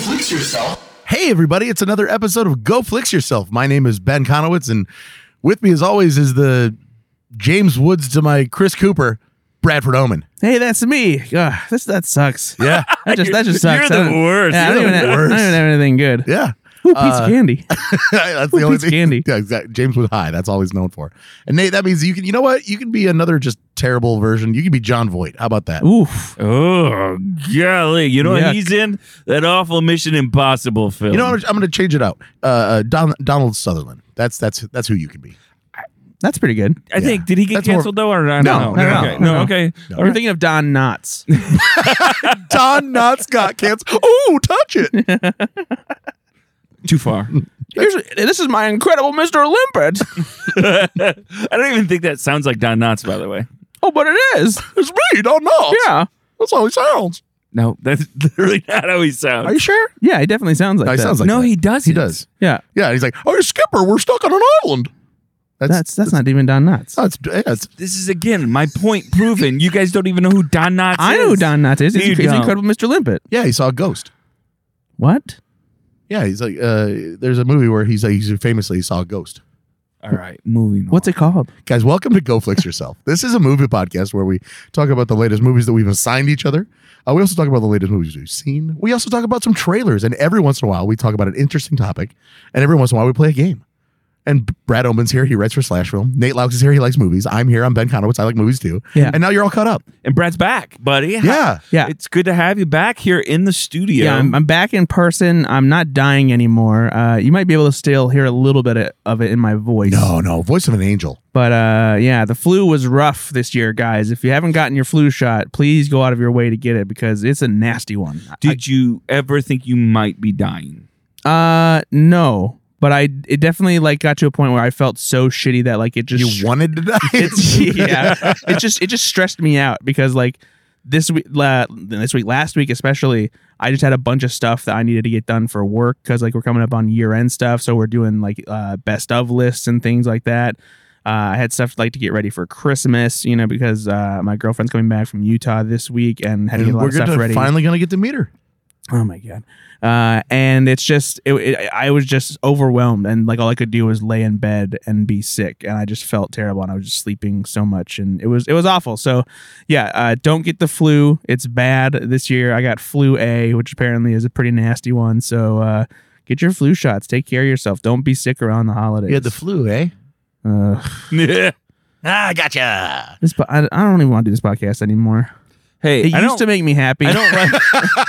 Flix yourself. Hey, everybody, it's another episode of Go Flix Yourself. My name is Ben Conowitz, and with me, as always, is the James Woods to my Chris Cooper, Bradford Oman. Hey, that's me. Ugh, this that sucks. Yeah. That just that just You're- sucks. you're I the don't- worst. Yeah, I, don't You're even the have, I worst. don't even have anything good. Yeah. Who beats Uh, candy? that's the only beats thing. candy? Yeah, exactly. James Woods High. That's all he's known for. And Nate, that means you can, you know what? You can be another just terrible version. You can be John Voight. How about that? Oof. Oh, golly. You know Yuck. what he's in? That awful Mission Impossible film. You know, I'm, I'm going to change it out. Uh, uh, Don, Donald Sutherland. That's that's that's who you can be. That's pretty good. I think, did he get That's more- canceled though? Or I don't No, know. no, no, okay. no, no. okay. No. We're thinking of Don Knotts. Don Knotts got canceled. Oh, touch it. Too far. Here's, this is my incredible Mr. Limpet. I don't even think that sounds like Don Knotts, by the way. oh, but it is. It's me, Don Knotts. Yeah. That's how he sounds. No, that's literally not how he sounds. Are you sure? Yeah, he definitely sounds like No, he that. sounds like no, that. he does. He does. yeah. Yeah, he's like, "Oh, Skipper, we're stuck on an island." That's that's not even Don Knotts. that's, yeah, that's This is again my point proven. You guys don't even know who Don Knotts I is. know who Don Knotts is. He's, You he's don't. incredible Mr. Limpet. yeah. He saw a ghost. What? Yeah, he's like, uh, there's a movie where he's like, he's famously he saw a ghost. All right, moving. What's on. it called? Guys, welcome to Go Flix Yourself. This is a movie podcast where we talk about the latest movies that we've assigned each other. Uh, we also talk about the latest movies we've seen. We also talk about some trailers, and every once in a while we talk about an interesting topic, and every once in a while we play a game. And Brad Oman's here; he writes for Slash Film. Nate Laux is here; he likes movies. I'm here; I'm Ben Conowitz. I like movies too. Yeah. And now you're all caught up. And Brad's back, buddy. Yeah. Yeah. It's good to have you back here in the studio. Yeah, I'm, I'm back in person. I'm not dying anymore. Uh, you might be able to still hear a little bit of- of it in my voice. No, no, voice of an angel. But uh, yeah, the flu was rough this year, guys. If you haven't gotten your flu shot, please go out of your way to get it because it's a nasty one. Did you ever think you might be dying? Uh, no, but I it definitely like got to a point where I felt so shitty that like it just You wanted to die. it's, yeah, it just it just stressed me out because like this week, la, this week, last week especially, I just had a bunch of stuff that I needed to get done for work because like we're coming up on year end stuff, so we're doing like uh, best of lists and things like that. Uh, I had stuff like to get ready for Christmas, you know, because uh, my girlfriend's coming back from Utah this week and had to get And a lot we're of stuff gonna ready. finally going to get to meet her. Oh my god! Uh, and it's just, it, it, I was just overwhelmed, and like all I could do was lay in bed and be sick, and I just felt terrible, and I was just sleeping so much, and it was it was awful. So, yeah, uh, don't get the flu; it's bad this year. I got flu A, which apparently is a pretty nasty one. So, uh, get your flu shots. Take care of yourself. Don't be sick around the holidays. You had the flu, eh? Ugh. Yeah. Ah, gotcha. this, po- I, I don't even want to do this podcast anymore. Hey, It I used don't, to make me happy. I don't like.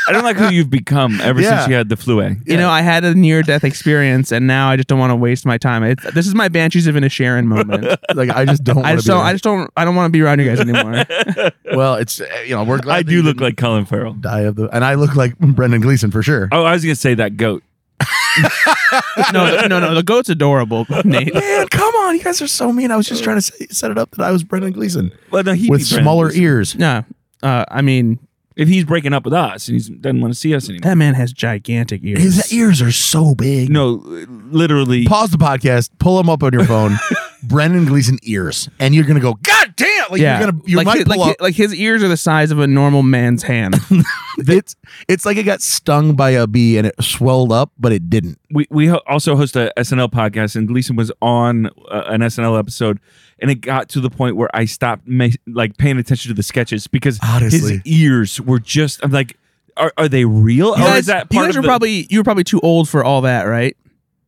I don't like who you've become ever Yeah. since you had the flu. A. you know, I had a near death experience, and now I just don't want to waste my time. It's, this is my Banshees of Inisherin moment. Like I just don't. I wanna just be don't. there. I just don't. I don't want to be around you guys anymore. well, it's uh, you know we're glad I that you do look didn't like Colin Farrell. die of the and I look like Brendan Gleeson for sure. Oh, I was gonna say that goat. no, th- no, no. The goat's adorable, Nate. Man, come on, you guys are so mean. I was just trying to say, set it up that I was Brendan Gleeson Well, no, he'd with be Brandon smaller Gleeson. ears. No, uh, I mean If he's breaking up with us and he doesn't want to see us anymore. that man has gigantic ears. His ears are so big. no, literally. Pause the podcast. Pull them up on your phone. Brendan Gleeson ears, and you're gonna go. God damn! Like yeah, you're gonna you like, might his, pull like, up. his- like his ears are the size of a normal man's hand. it's it's like it got stung by a bee and it swelled up, but it didn't. we we ho- also host a SNL podcast, and Gleason was on uh, an SNL episode, and it got to the point where I stopped ma- like paying attention to the sketches because Honestly. his ears were just. I'm like, are are they real? You or guys, is that you part guys of were the- probably you were probably too old for all that, right?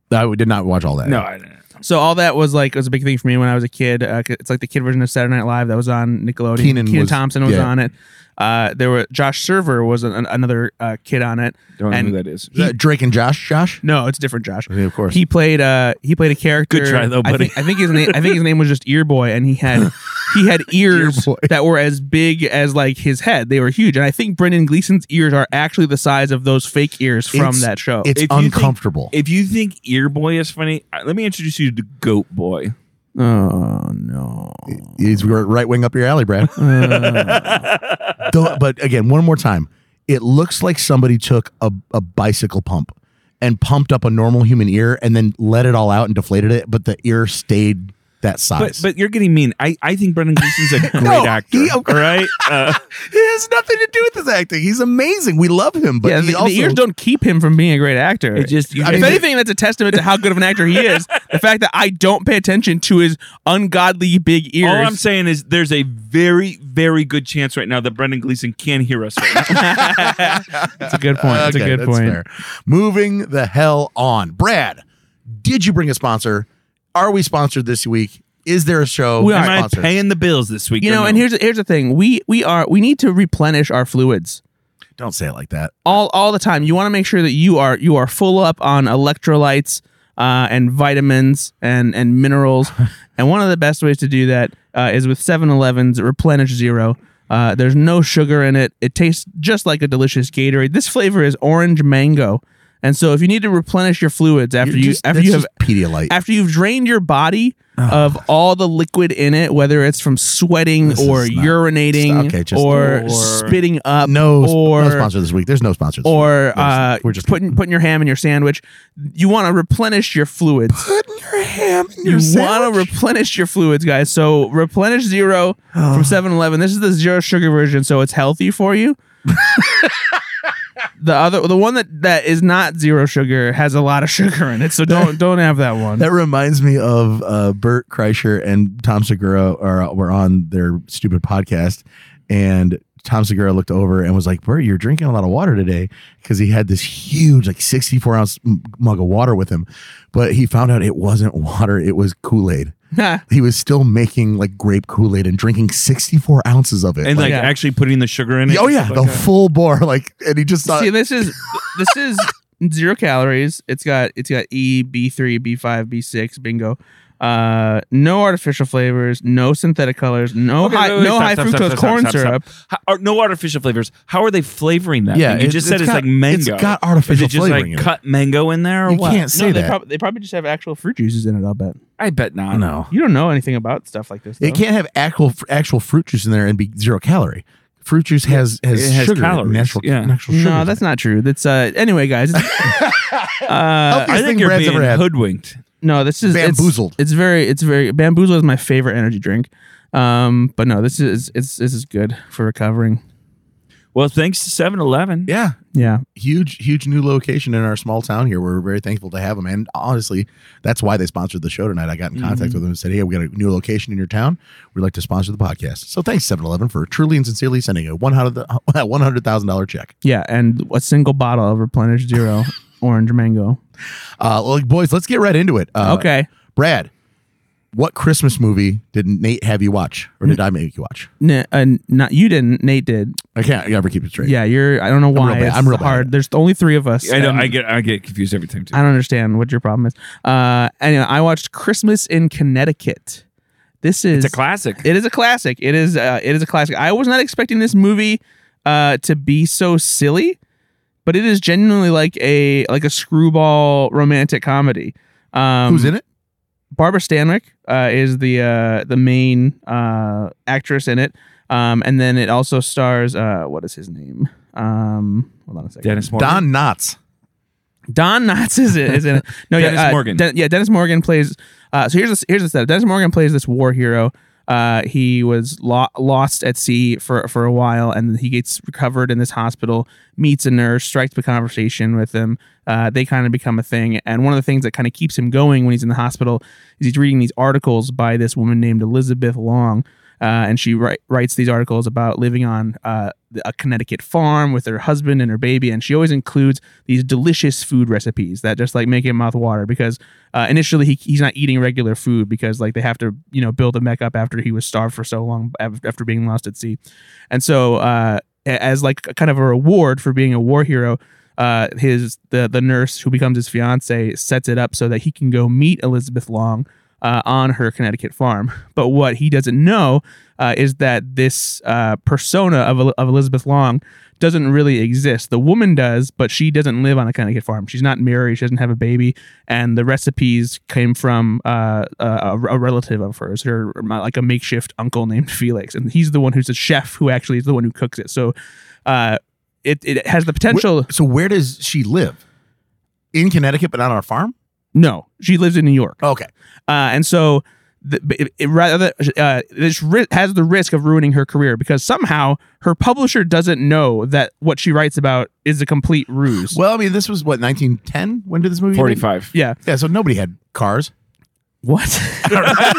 I did not watch all that. no? I don't know. So all that was like was a big thing for me when I was a kid. Uh, 'cause it's like the kid version of Saturday Night Live that was on Nickelodeon. Keenan was- Thompson was yeah. on it. Uh, there were Josh Server was an, another uh, kid on it. Don't know And- who that is. Is that Drake and Josh. Josh. No, it's different, Josh. Yeah, of course. He played uh he played a character. Good try, though, I buddy. think, I think his name I think his name was just Ear Boy, and he had he had ears Boy. that were as big as like his head. They were huge, and I think Brendan Gleason's ears are actually the size of those fake ears from It's- that show. it's If you think- uncomfortable. If you think Ear Boy is funny, uh, let me introduce you to Goat Boy. oh no! He's right wing up your alley, Brad. Though- but again, one more time. It looks like somebody took a, a bicycle pump and pumped up a normal human ear and then let it all out and deflated it, but the ear stayed that But size. but you're getting mean. I, I think Brendan Gleeson's a great No, actor. he- all right. Uh, it has nothing to do with his acting. He's amazing. We love him, but yeah, he the, also the ears don't keep him from being a great actor. it just you I if mean, anything, that's a testament to how good of an actor he is. The fact that I don't pay attention to his ungodly big ears. All I'm saying is there's a very, very good chance right now that Brendan Gleeson can hear us right now. that's a good point. That's Okay, a good point. fair. Moving the hell on, Brad. Did you bring a sponsor? Are we sponsored this week? Is there a show We that's are. Am I sponsored? paying the bills this week? You or know, no? and here's here's the thing. We we are we need to replenish our fluids. Don't say it like that. all all the time. You want to make sure that you are you are full up on electrolytes uh, and vitamins and and minerals. and one of the best ways to do that uh, is with 7-Eleven's Replenish Zero. Uh, there's no sugar in it. It tastes just like a delicious Gatorade. This flavor is orange mango. And so if you need to replenish your fluids after You're you just- after that's you have just Pedialyte. after you've drained your body of all the liquid in it, whether it's from sweating This or is not- urinating okay, just- or, Or- spitting up no, or no sponsor this week. There's no sponsor. This week. or We're uh, just- we're just- putting putting your ham in your sandwich. You want to replenish your fluids. putting your ham in You want to replenish your fluids, guys. So replenish zero Oh. from 7-Eleven. This is the zero sugar version, so it's healthy for you. the other, the one that that is not zero sugar has a lot of sugar in it, so don't don't have that one. That reminds me of uh, Bert Kreischer and Tom Segura are, uh, were on their stupid podcast, and Tom Segura looked over and was like, "Bert, you're drinking a lot of water today," because he had this huge, like 64 ounce m- mug of water with him, but he found out it wasn't water; it was Kool Aid. He was still making like grape Kool Aid and drinking 64 ounces of it. and like Yeah. actually putting the sugar in it. uh, oh yeah, the full bore. Like, and he just thought, See, this is this is zero calories. It's got it's got E, B three, B five, B six, bingo. Uh, no artificial flavors, no synthetic colors, no Okay, high, wait, wait, no stop, high stop, fructose stop, stop, corn stop, stop. syrup. How, are- no artificial flavors. How are they flavoring that? "Yeah, thing? you just said it's, got- like mango. It's got Is artificial it just flavoring. like in it. cut mango in there? Or You what? can't say no, they, that. prob- they probably just have actual fruit juices in it. I'll bet I bet not. no. you don't know anything about stuff like this. Though. It can't have actual actual fruit juice in there and be zero calorie. Fruit juice has has, It has sugar, calories, natural, yeah. natural sugar. No, that's not true. That's uh. Anyway, guys. it's- uh, I Healthiest think thing you're Brad's being ever had. hoodwinked. no, this is it's- Bamboozled. It's, very, it's very bamboozled is my favorite energy drink. Um, but no, this is it's this is good for recovering. Well, thanks to 7-Eleven. Yeah, Yeah, huge huge new location in our small town here. We're very thankful to have them, and honestly, that's why they sponsored the show tonight. I got in Mm-hmm. contact with them and said, "Hey, we got a new location in your town. We'd like to sponsor the podcast." So thanks 7-Eleven for truly and sincerely sending a one hundred one hundred thousand dollar check. Yeah, and a single bottle of Replenish Zero orange mango. Uh, well, boys, let's get right into it. Uh, okay, Brad, what Christmas movie did Nate have you watch, or Mm. did I make you watch? N- uh, not you didn't. Nate did. I can't ever keep it straight. Yeah, you're. I don't know why. real bad- It's I'm real bad at hard. it. There's only three of us. I know. and I get I get confused every time too. I don't understand what your problem is. Uh, anyway, I watched Christmas in Connecticut. This is It's a classic. It is a classic. It is. Uh, it is a classic. I was not expecting this movie uh, to be so silly, but it is genuinely like a like a screwball romantic comedy. Um, Who's in it? Barbara Stanwyck uh, is the uh, the main uh, actress in it, um, and then it also stars uh, what is his name? Um, hold on a second. Dennis Morgan. Don Knotts. Don Knotts is it? Is in it? No, Dennis yeah, uh, Morgan. Den- yeah, Dennis Morgan plays. Uh, so here's this, here's the setup. Dennis Morgan plays this war hero. Uh, he was lo- lost at sea for for a while, and he gets recovered in this hospital. Meets a nurse, strikes up a conversation with him. Uh, they kind of become a thing. And one of the things that kind of keeps him going when he's in the hospital is he's reading these articles by this woman named Elizabeth Long. Uh, and she wri- writes these articles about living on uh, a Connecticut farm with her husband and her baby. And she always includes these delicious food recipes that just like make your mouth water because uh, initially he, he's not eating regular food because like they have to, you know, build him back up after he was starved for so long af- after being lost at sea. And so, uh, a- as like kind of a reward for being a war hero, uh, his the the nurse who becomes his fiance sets it up so that he can go meet Elizabeth Long uh, on her Connecticut farm. But what he doesn't know uh, is that this uh, persona of, El- of Elizabeth Long doesn't really exist. The woman does, but she doesn't live on a Connecticut farm. She's not married. She doesn't have a baby. And the recipes came from uh, a, a- a relative of hers, her like a makeshift uncle named Felix, and he's the one who's a chef who actually is the one who cooks it. So. Uh, it, it has the potential. Where- so where does she live? In Connecticut, but not on a farm. Oh. No, she lives in New York. Okay, Uh, and so the, but it, it rather uh, this ri- has the risk of ruining her career because somehow her publisher doesn't know that what she writes about is a complete ruse. Well, I mean, this was what 1910. When did this movie? Forty Forty-five. five. yeah. Yeah, so nobody had cars. What?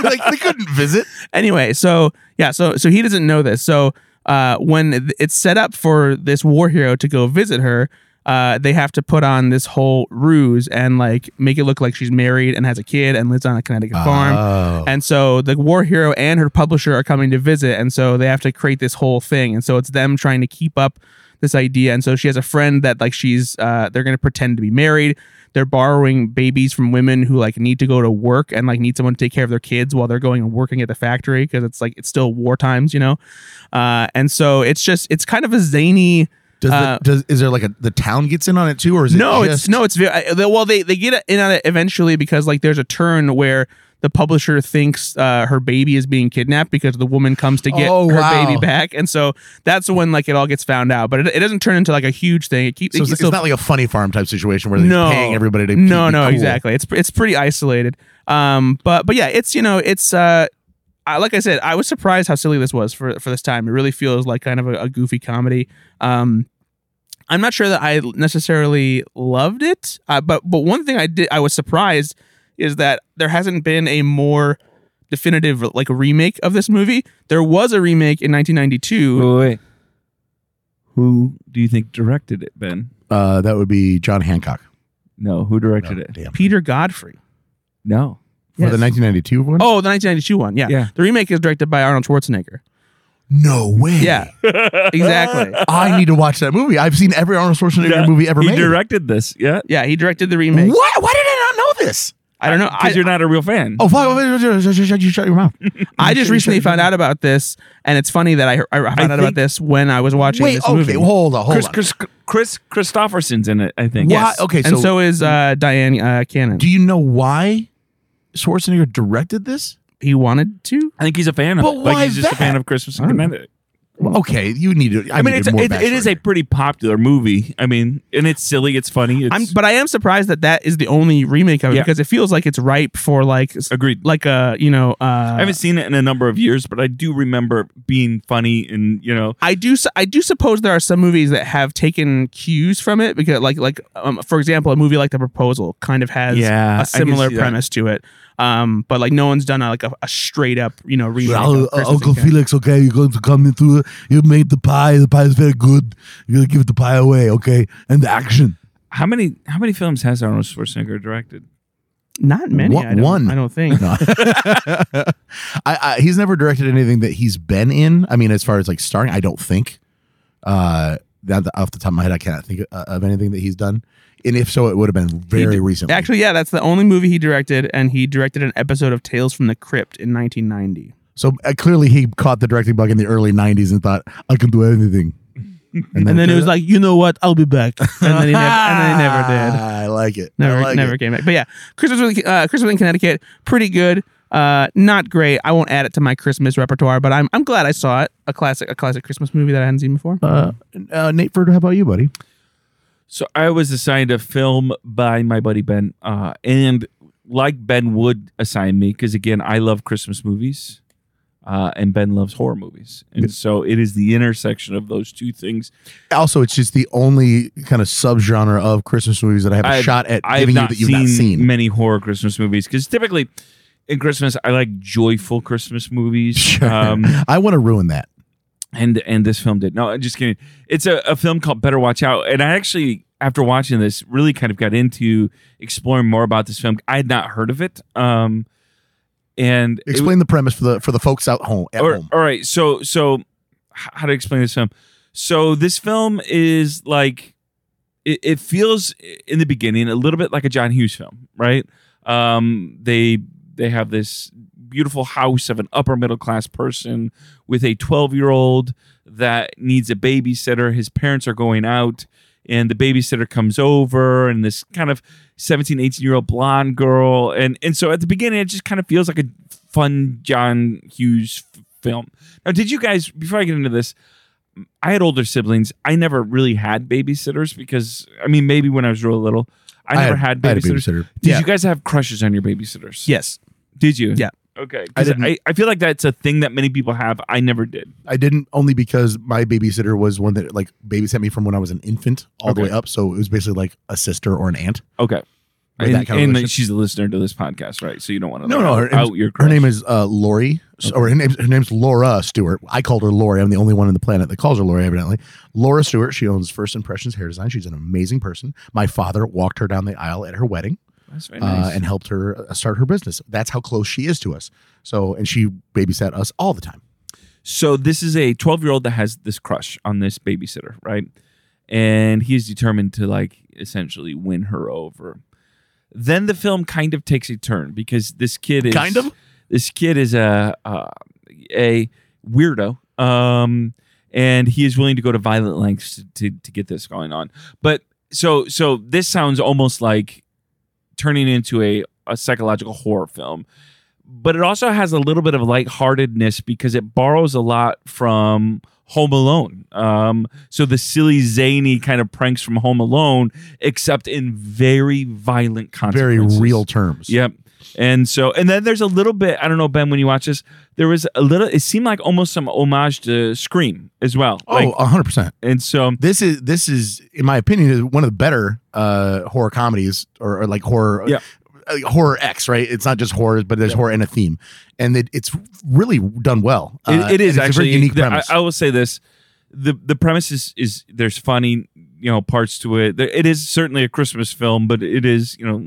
like they couldn't visit. anyway, so yeah, so so he doesn't know this. So uh, when th- it's set up for this war hero to go visit her, uh, they have to put on this whole ruse and like make it look like she's married and has a kid and lives on a Connecticut farm. Oh. And so the war hero and her publisher are coming to visit, and so they have to create this whole thing. And so it's them trying to keep up this idea. And so she has a friend that like she's uh, they're going to pretend to be married. They're borrowing babies from women who like need to go to work and like need someone to take care of their kids while they're going and working at the factory because it's like it's still war times, you know. Uh, and so it's just it's kind of a zany. Does, uh, the, does is there like a the town gets in on it too, or is it no, Just, it's no, it's very, I, they- well, they they get in on it eventually because like there's a turn where the publisher thinks uh, her baby is being kidnapped because the woman comes to get Oh, her wow. baby back, and so that's when like it all gets found out. But it, it doesn't turn into like a huge thing. It keeps So it's, it's not like a funny farm type situation where they're No. paying everybody to. no, be no, cool. exactly. It's it's pretty isolated. Um, but but yeah, it's you know it's uh. I, like I said, I was surprised how silly this was for, for this time. It really feels like kind of a, a goofy comedy. Um, I'm not sure that I necessarily loved it, uh, but but one thing I did I was surprised is that there hasn't been a more definitive like remake of this movie. There was a remake in 1992. Wait, wait, wait. Who do you think directed it, Ben? Uh, that would be John Hancock. No, who No, directed it? damn. Peter Godfrey. No. For the 1992 one? Oh, the 1992 one. Yeah. Yeah. The remake is directed by Arnold Schwarzenegger. no way! Yeah. exactly. I need to watch that movie. I've seen every Arnold Schwarzenegger Yeah, movie ever he made. directed this, yeah? Yeah, he directed the remake. what? Why did I not know this? I don't know. I, Because you're not a real fan. Oh fuck! You shut your mouth. I just recently found out about this, and it's funny that I, I found out about think- this when I was watching Wait, this okay, movie. hold on, hold Chris, on. Chris, Chris Christopherson's in it, I think. Why- okay, and so- so is uh, Diane uh, Cannon. Do you know why Schwarzenegger directed this? he wanted to. I think he's a fan of But it. Like, why he's just a that? fan of Christmas I in don't know. Connecticut. Okay, you need to. I, I mean, needed it's, more it, it is backstory. a pretty popular movie. I mean, and it's silly, it's funny. It's I'm, but I am surprised that that is the only remake of it Yeah. because it feels like it's ripe for like s- agreed. like a you know. Uh, I haven't seen it in a number of years, but I do remember being funny and you know I do. su- I do suppose there are some movies that have taken cues from it because, like, like um, for example, a movie like The Proposal kind of has Yeah, a I can similar see that. premise to it. Um, but like no one's done a, like a, a straight up, you know, remake. of Well, uh, Christmas in Uncle Canada. Felix, okay, you're going to come in through. You made the pie. The pie is very good. You're going to give the pie away, okay? And the action. how many how many films has Arnold Schwarzenegger directed? Not many. One- I don't, one. I don't think. No. I, I, he's never directed anything that he's been in. I mean, as far as like starring, I don't think. Uh, that, off the top of my head, I cannot think uh, of anything that he's done. And if so, it would have been very d- recently. Actually, yeah, that's the only movie he directed, and he directed an episode of Tales from the Crypt in 1990. so uh, clearly he caught the directing bug in the early 90s and thought, I can do anything. And then it was like, you know what? I'll be back. And then he never, and then he never did. Ah, I like it. Never, I like never it. came back. But yeah, Christmas, with- uh, Christmas in Connecticut, pretty good. Uh, not great. I won't add it to my Christmas repertoire, but I'm, I'm glad I saw it. A classic, a classic Christmas movie that I hadn't seen before. Uh, uh, Nate Ford, how about you, buddy? So I was assigned a film by my buddy Ben, uh, and like Ben would assign me because again I love Christmas movies, uh, and Ben loves horror movies, and so it is the intersection of those two things. also it's just the only kind of subgenre of Christmas movies that I have a I've- shot at I have giving you not, that you've seen not seen. many horror Christmas movies because typically in Christmas I like joyful Christmas movies. Sure. Um, I want to ruin that. and and this film did. No, I'm just kidding. It's a, a film called Better Watch Out, and I actually after watching this really kind of got into exploring more about this film. I had not heard of it, um, and it Explain the premise for the for the folks out home at or- home. All right. So so h- how to explain this film? So this film is like it, it feels in the beginning a little bit like a John Hughes film, right? Um, they they have this beautiful house of an upper middle class person with a 12 year old that needs a babysitter. His parents are going out and the babysitter comes over and this kind of 17 18 year old blonde girl and and so at the beginning it just kind of feels like a fun john hughes f- film now did you guys before i get into this i had older siblings i never really had babysitters because i mean maybe when i was real little i, never had, I babysitters babysitter. did Yeah. you guys have crushes on your babysitters yes. did you Yeah. Okay. I 'Cause didn't- I, I feel like that's a thing that many people have. I never did. I didn't only because my babysitter was one that like babysat me from when I was an infant all the Okay. way up. So it was basically like a sister or an aunt. Okay. Like and that kind of and relationship. she's a listener to this podcast, right? So you don't want to No, no, her- out your Her crush. name is uh, Lori, s- or her name's, her name's Laura Stewart. I called her Lori. I'm the only one on the planet that calls her Lori, evidently. Laura Stewart, she owns First Impressions Hair Design. She's an amazing person. My father walked her down the aisle at her wedding That's very uh, nice. and helped her uh, start her business. That's how close she is to us. So, and she babysat us all the time. so this is a 12 year old that has this crush on this babysitter, right? And he's determined to like essentially win her over. Then the film kind of takes a turn because this kid is Kind of? this kid is a a, a weirdo. Um, and he is willing to go to violent lengths to, to, to get this going on. But so so this sounds almost like turning into a, a psychological horror film. But it also has a little bit of lightheartedness because it borrows a lot from Home Alone. Um, so the silly, zany kind of pranks from Home Alone, except in very violent Very consequences. real terms. Yep. And so, and then there's a little bit. I don't know, Ben, when you watch this, there was a little. It seemed like almost some homage to Scream as well. Oh, Like, 100%. and so This is this is, in my opinion, is one of the better uh, horror comedies or, or like horror, Yeah. uh, horror X, right? It's not just horrors, but there's Yeah. horror and a theme, and it, it's really done well. It- Uh, it is and it's actually a very unique the- I- premise. I, will say this: the the premise is is there's funny you know parts to it. There- It is certainly a Christmas film, but it is you know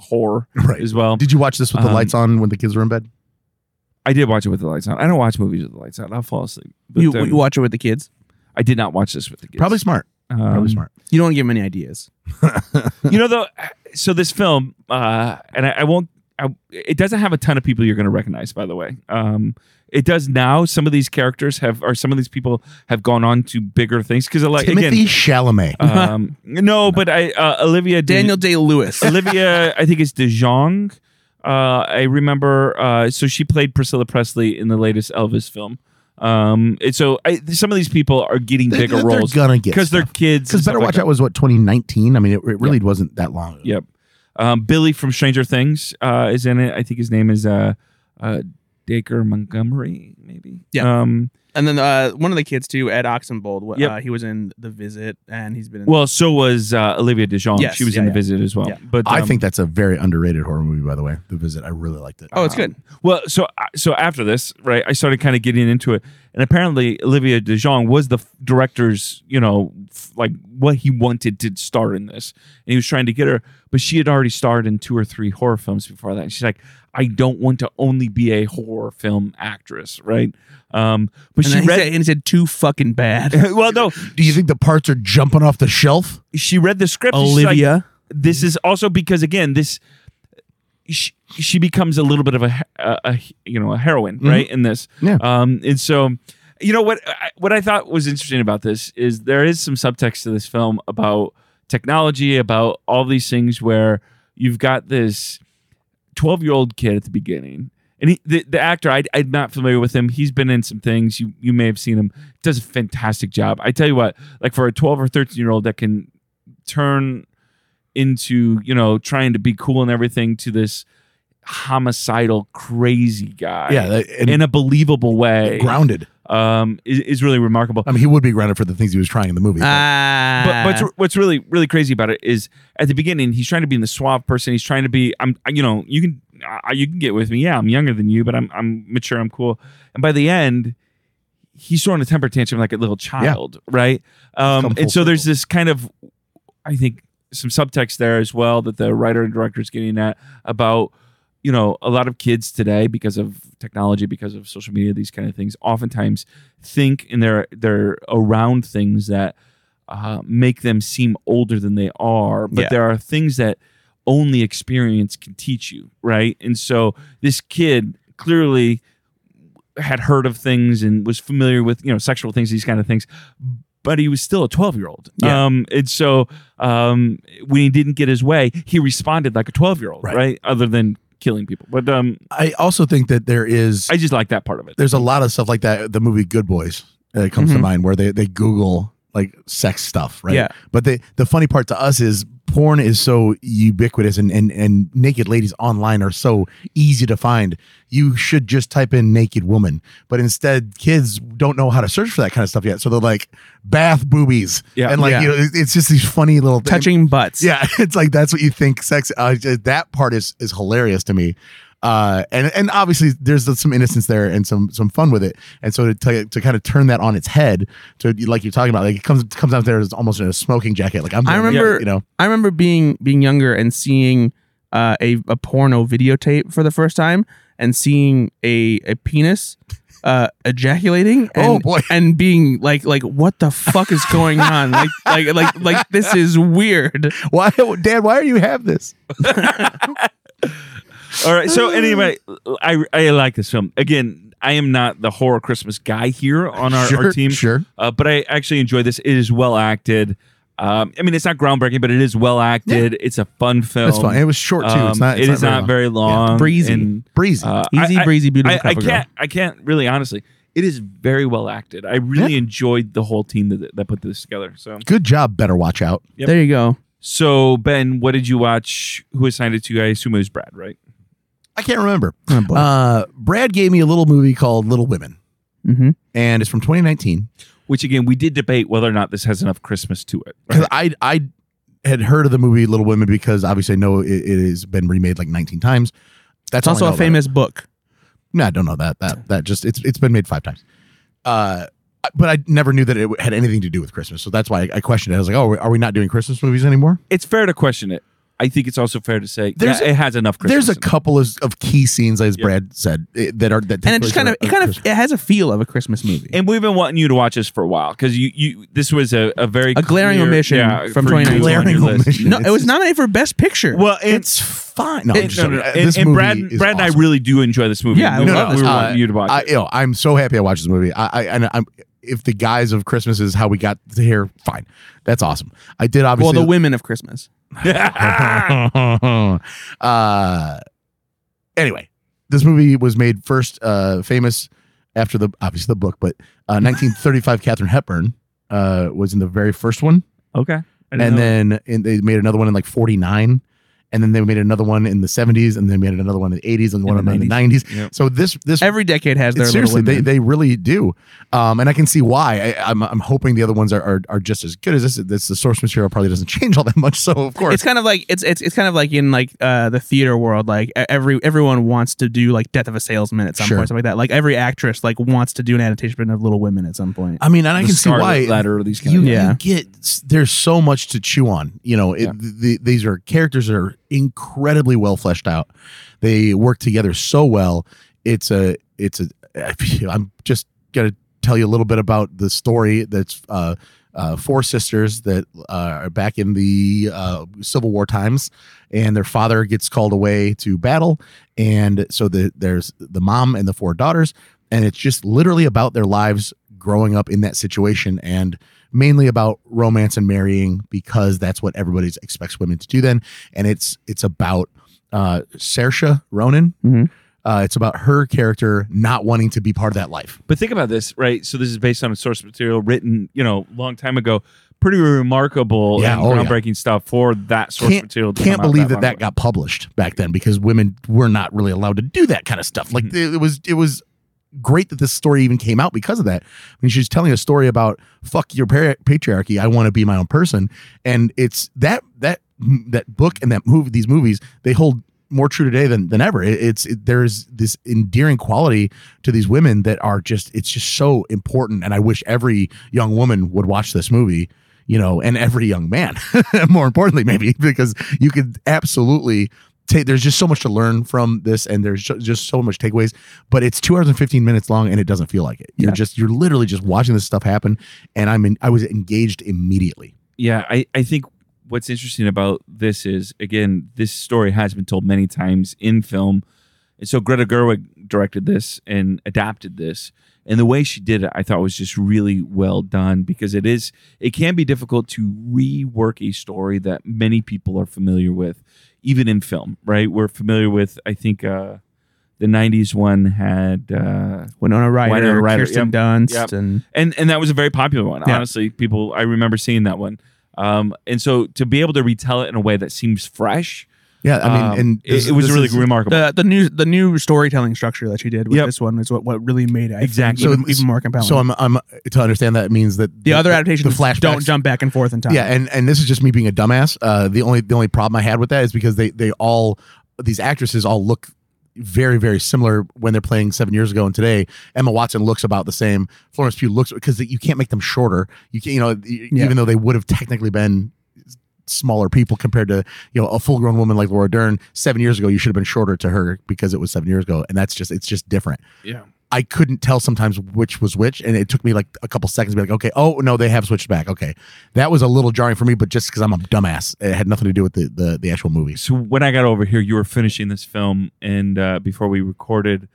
horror right. as well. Did you watch this with the Um, lights on when the kids were in bed? I did watch it with the lights on. I don't watch movies with the lights on. I'll fall asleep. But, you, um, you watch it with the kids. I did not watch this with the kids. Probably smart. Um, Probably smart. You don't give them any ideas. you know though so this film uh and i, I won't I, it doesn't have a ton of people you're going to recognize by the way um it does now some of these characters have or some of these people have gone on to bigger things because like uh, Timothy Chalamet. again um no but i uh, olivia De- Daniel Day Lewis. olivia i think it's de jong uh i remember uh so she played priscilla presley in the latest elvis film um and so I, some of these people are getting They- bigger they're roles gonna get because they're kids and because stuff Better like Watch that. Out was what 2019. I mean, it, it really wasn't that long. ago. Yep. Um, Billy from Stranger Things uh, is in it. I think his name is uh, uh, Dacre Montgomery, maybe. Yeah. Um, and then uh, one of the kids too, Ed Oxenbold. What, Yep. uh, he was in The Visit, and he's been in well, so was uh, Olivia De Jong. Yes, she was yeah, in The yeah. Visit as well. Yeah. But I um, think that's a very underrated horror movie, by the way. The Visit, I really liked it. Oh, it's good. Well, so uh, so after this, right? I started kind of getting into it, and apparently Olivia De Jong was the f- director's, you know, f- like what he wanted to star in this, and he was trying to get her, but she had already starred in two or three horror films before that, and she's like, I don't want to only be a horror film actress, right? Um, but And she then he read. said, and he said too fucking bad. well, no, Do you think the parts are jumping off the shelf? she read the script. and she's like, Olivia. this is also because again, this she, she becomes a little bit of a, he- a, a you know a heroine, right? In this, Yeah. Um, and so, you know what I, what I thought was interesting about this is there is some subtext to this film about technology, about all these things where you've got this twelve year old kid at the beginning. And he, the, the actor, I, I'm not familiar with him. He's been in some things. You you may have seen him. Does a fantastic job. I tell you what, like for a 12 or 13 year old that can turn into you know trying to be cool and everything to this homicidal crazy guy Yeah, that- and, in a believable way grounded. um is, is really remarkable I mean, he would be grounded for the things he was trying in the movie. but- Ah, but, but what's- what's really really crazy about it is at the beginning he's trying to be the suave person he's trying to be i'm you know you can uh, you can get with me yeah i'm younger than you but i'm i'm mature i'm cool and by the end he's throwing a temper tantrum like a little child right um come and full so there's circle. this kind of i think some subtext there as well that the writer and director is getting at about you know a lot of kids today because of technology because of social media these kind of things oftentimes think and they're they're around things that uh, make them seem older than they are but Yeah. there are things that only experience can teach you right and so this kid clearly had heard of things and was familiar with you know sexual things these kind of things but he was still a 12 year old Yeah. um and so um when he didn't get his way he responded like a 12 year old Right. right other than killing people but um I also think that there is i just like that part of it there's a lot of stuff like that. The movie Good Boys uh, comes Mhm. to mind where they they Google like sex stuff, right? Yeah. But they the funny part to us is porn is so ubiquitous and, and and naked ladies online are so easy to find you should just type in naked woman but instead kids don't know how to search for that kind of stuff yet so they're like bath boobies Yeah. and like Yeah. you know it- it's just these funny little things. touching butts. Yeah, it's like that's what you think sex. Uh, j- that part is is hilarious to me. Uh, and and obviously there's some innocence there and some some fun with it. And so to t- to kind of turn that on its head to like you're talking about, like it comes comes out there as almost in a smoking jacket. Like I'm, I doing it, remember- you know, I remember being being younger and seeing uh, a a porno videotape for the first time and seeing a a penis uh, ejaculating. And, Oh, boy. And being like like what the fuck is going on? like like like like this is weird. why, Dad, why do you have this? All right. So anyway, I I like this film. Again, I am not the horror Christmas guy here on our, sure, our team, sure. uh, but I actually enjoy this. It is well acted. Um, I mean, it's not groundbreaking, but it is well acted. It's a fun film. That's fun. And it was short too. Um, it's not. it It's is not very long. Breezy. and, breezy. uh, Easy I- I- breezy, beautiful. I, I cover girl. can't. I can't really honestly. It is very well acted. I really enjoyed the whole team that, that put this together. So, Good job. Better watch out. Yep. There you go. so Ben, what did you watch? Who assigned it to you? I assume it was Brad, right? I can't remember. Oh, boy. Uh, Brad gave me a little movie called Little Women, Mhm. and it's from 2019. Which again, we did debate whether or not this has enough Christmas to it. because I I had heard of the movie Little Women because obviously I know it, it has been remade like 19 times. That's It's also a famous book. No, I don't know that that that just it's it's been made five times. Uh, but I never knew that it had anything to do with Christmas, so that's why I, I questioned it. I was like, oh, are we not doing Christmas movies anymore? It's fair to question it. I think it's also fair to say There's yeah, it has enough Christmas. There's a in it. couple of, of key scenes, as Yeah. Brad said, eh, that are that. take And it just place kind of it around kind Christmas. of it has a feel of a Christmas movie. and we've been wanting you to watch this for a while because you, you this was a, a very A glaring clear- omission from for you 2019. on your glaring list. omission. no, It's it was just- nominated for Best Picture. Well, and- It's fine. No, I'm and, just no, joking. no, no. Uh, and, this and movie Brad, is Brad and I awesome. really do enjoy this movie. Yeah, I we, were- love we this. were Uh, wanting you to watch. I, it. you know, I'm so happy I watched this movie. I, I and I'm if the guise of Christmas is how we got to here, fine, that's awesome. I did well, obviously. the women of Christmas. uh, anyway, this movie was made first uh, famous after the obviously the book, but uh, 1935 Catherine Hepburn uh, was in the very first one, okay, uh, I didn't and know. then and they made another one in like 49. And then they made another one in the 70s, and they made another one in the 80s, and one the in the 90s. 90s. Yep. So this this Every decade has their it's little seriously, they, women. they really do, um, and I can see why. I, I'm, I'm hoping the other ones are, are, are just as good as this. This the source material probably doesn't change all that much, so of course it's kind of like it's it's it's kind of like in like uh the theater world like e- every everyone wants to do like death of a salesman at some Sure. point something like that like every actress like wants to do an adaptation of little women at some point I mean, and I The can see Scarlet why. Letter or these kind You, of Yeah. you get there's so much to chew on. You know, it, Yeah. th- th- these are characters that are incredibly well fleshed out. They work together so well. It's a it's a. I'm just gonna tell you a little bit about the story. That's uh, uh, four sisters that uh, are back in the uh, Civil War times, and their father gets called away to battle, and so the, there's the mom and the four daughters, and it's just literally about their lives growing up in that situation and mainly about romance and marrying because that's what everybody expects women to do then and it's it's about uh Saoirse Ronan Mhm. uh it's about her character not wanting to be part of that life But think about this, right? So this is based on a source material written, you know, long time ago. Pretty remarkable Yeah, and oh, yeah. groundbreaking stuff for that source Can't- material. to can't come out believe that long that ago. got published back then because women were not really allowed to do that kind of stuff like Mm-hmm. it was it was great that this story even came out because of that i mean she's telling a story about fuck your par- patriarchy i want to be my own person and it's that that that book and that movie these movies they hold more true today than than ever It- it's it, there's this endearing quality to these women that are just it's just so important and i wish every young woman would watch this movie you know and every young man more importantly maybe because you could absolutely take there's just so much to learn from this and there's ju- just so much takeaways but it's two hours and 15 minutes long and it doesn't feel like it you're Yeah. just you're literally just watching this stuff happen and i'm in, i was engaged immediately yeah I, I think what's interesting about this is again this story has been told many times in film and so greta gerwig directed this and adapted this and the way she did it i thought was just really well done because it is it can be difficult to rework a story that many people are familiar with even in film right we're familiar with i think uh the 90s one had uh Winona Ryder, Winona Ryder, Kirsten yep, Dunst yep. and and and that was a very popular one. Yeah. Honestly, people I remember seeing that one. Um, and so to be able to retell it in a way that seems fresh, Yeah, I mean, um, and it- it, was really remarkable. The the new the new storytelling structure that you did with Yep. this one is what, what really made it I think, Exactly. even, So- even more compelling. So I'm, I'm to understand that means that the other adaptations the flashbacks- don't jump back and forth in time. Yeah, and and this is just me being a dumbass. Uh, the only the only problem I had with that is because they they all these actresses all look very very similar when they're playing seven years ago and today. Emma Watson looks about the same. Florence Pugh looks because you can't make them shorter. You can not you know y- Yeah. even though they would have technically been smaller people compared to you know a full grown woman like Laura Dern seven years ago. You should have been shorter to her because it was seven years ago, and that's just it's just different. Yeah. I couldn't tell sometimes which was which, and it took me like a couple seconds to be like, okay, oh no, they have switched back. Okay, that was a little jarring for me, but just because I'm a dumbass, it had nothing to do with the the, the actual movie. so when I got over here, you were finishing this film, and uh, before we recorded,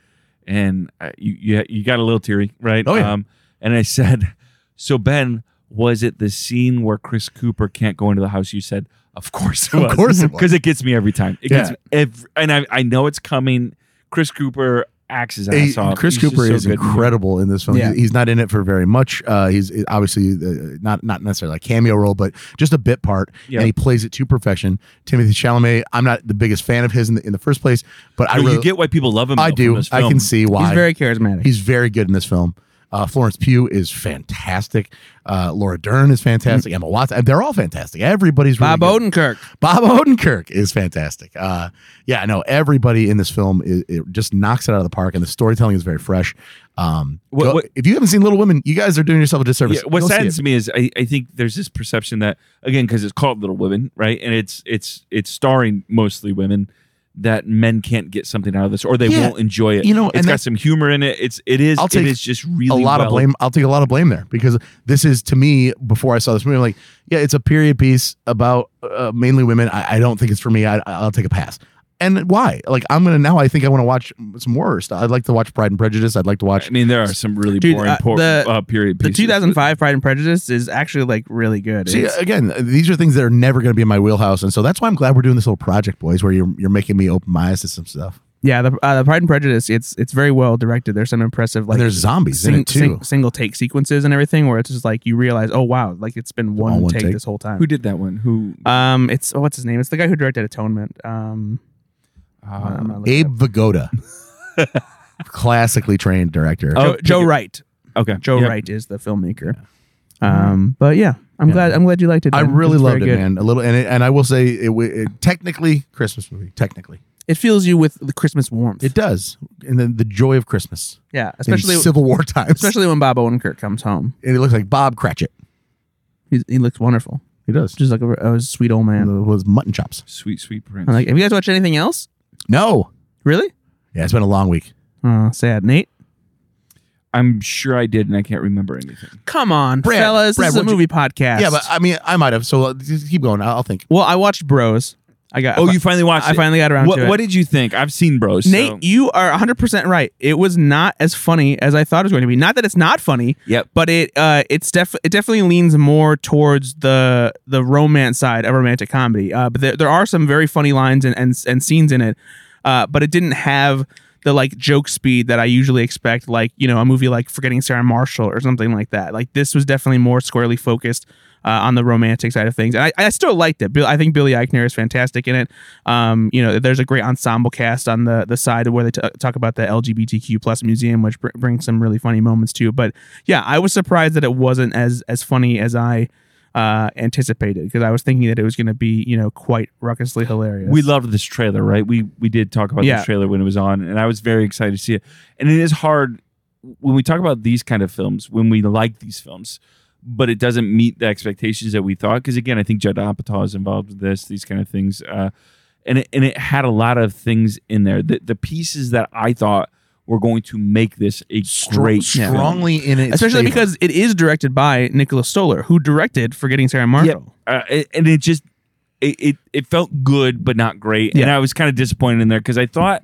and uh, you, you you got a little teary, right? Oh, yeah. Um, and I said, "So Ben, was it the scene where Chris Cooper can't go into the house?" You said, "Of course, it Of was. course it was. because it gets me every time. It gets Yeah. me every, and I I know it's coming. Chris Cooper acts his Hey, ass off. Chris He's just Cooper so is good. incredible in this film. Yeah. He's- He's not in it for very much. Uh, he's obviously uh, not not necessarily a cameo role, but just a bit part, Yeah. and he plays it to perfection. Timothy Chalamet, I'm not the biggest fan of his in the, in the first place, but I But really, you get why people love him. I though, from do. this I film. can see why he's very charismatic. He's very good in this film. Uh, Florence Pugh is fantastic. Uh, Laura Dern is fantastic. Hmm. Emma Watson. They're all fantastic. Everybody's really Bob good. Odenkirk. Bob Odenkirk is fantastic. Uh, yeah, no, everybody in this film is, it just knocks it out of the park, and the storytelling is very fresh. Um, What- go- what- if you haven't seen Little Women, you guys are doing yourself a disservice. Yeah, what Go see saddens it. me is I, I think there's this perception that again because it's called Little Women, right? And it's it's it's starring mostly women that men can't get something out of this or they Yeah, won't enjoy it. you know, it's and got that's- some humor in it. It's it is I'll it take is just really a lot of well- blame. I'll take a lot of blame there because this is to me before I saw this movie. I'm like, yeah, it's a period piece about uh, mainly women. I, I don't think it's for me. I, I'll take a pass. And why? Like, I'm gonna now. I think I want to watch some more stuff. I'd like to watch Pride and Prejudice. I'd like to watch. I mean, there are some really Dude, boring uh, por- the- uh, period The pieces. 2005 Pride and Prejudice is actually like really good. See uh, It's- again, these are things that are never going to be in my wheelhouse, and so that's why I'm glad we're doing this little project, boys, where you're you're making me open my eyes to some stuff. yeah, the, uh, the Pride and Prejudice. It's it's very well directed. There's some impressive like and there's zombies in sing- it too. sing- single take sequences and everything where it's just like you realize, oh wow, like it's been one, all one take, take. this whole time. who did that one? Who um, it's oh, what's his name? It's the guy who directed Atonement. Um, I'm um, gonna look it up. Abe Vigoda, classically trained director. Oh, Joe, pick Joe it. Wright. okay Joe Yep. Wright is the filmmaker. Um, but yeah, I'm Yeah. glad. I'm glad you liked it. Mm-hmm. I Ben. really It's very loved it, good. man. A little, and it, and I will say, it, wa- it technically Christmas movie. Technically, It fills you with the Christmas warmth. it does, and then the joy of Christmas, yeah, especially especially Civil War times. especially when Bob Odenkirk comes home. and he looks like Bob Cratchit. He's, he looks wonderful, He does. just like a, a sweet old And man. it was mutton chops. sweet sweet prince. I'm like, have you guys watched anything else? No, Really? yeah, it's been a long week. Oh, sad. Nate, I'm sure I did, and I can't remember anything. come on, Brad, fellas. Brad, this is a what'd you- movie podcast. Yeah, but I mean, I might have. So uh, just keep going. I'll, I'll think. well, I watched Bros. I got. Oh, you finally watched I it. finally got around what, to it. what did you think? I've seen Bros. Nate, so- you are 100% right. It was not as funny as I thought it was going to be. Not that it's not funny, Yep. but it uh it's def- it definitely leans more towards the the romance side of romantic comedy. Uh but there, there are some very funny lines and and, and scenes in it. Uh but it didn't have the like joke speed that I usually expect like, you know, a movie like Forgetting Sarah Marshall or something like that. Like this was definitely more squarely focused uh, on the romantic side of things. And I, I still liked it. Bill, I think Billy Eichner is fantastic in it. Um, you know, there's a great ensemble cast on the the side where they t- talk about the LGBTQ plus museum, which br- brings some really funny moments too. But yeah, I was surprised that it wasn't as as funny as I uh, anticipated because I was thinking that it was going to be you know quite ruckusly hilarious. we loved this trailer, right? We we did talk about Yeah. this trailer when it was on, and I was very excited to see it. And it is hard when we talk about these kind of films, when we like these films, but it doesn't meet the expectations that we thought. Because again, I think Judd Apatow is involved with this, these kind of things, uh, and it, and it had a lot of things in there. The, the pieces that I thought were going to make this a Straight, great, film. strongly in it, especially because it is directed by Nicholas Stoller, who directed Forgetting Sarah Marshall. uh, it- and it just it, it it felt good but not great and Yeah. i was kind of disappointed in there because i thought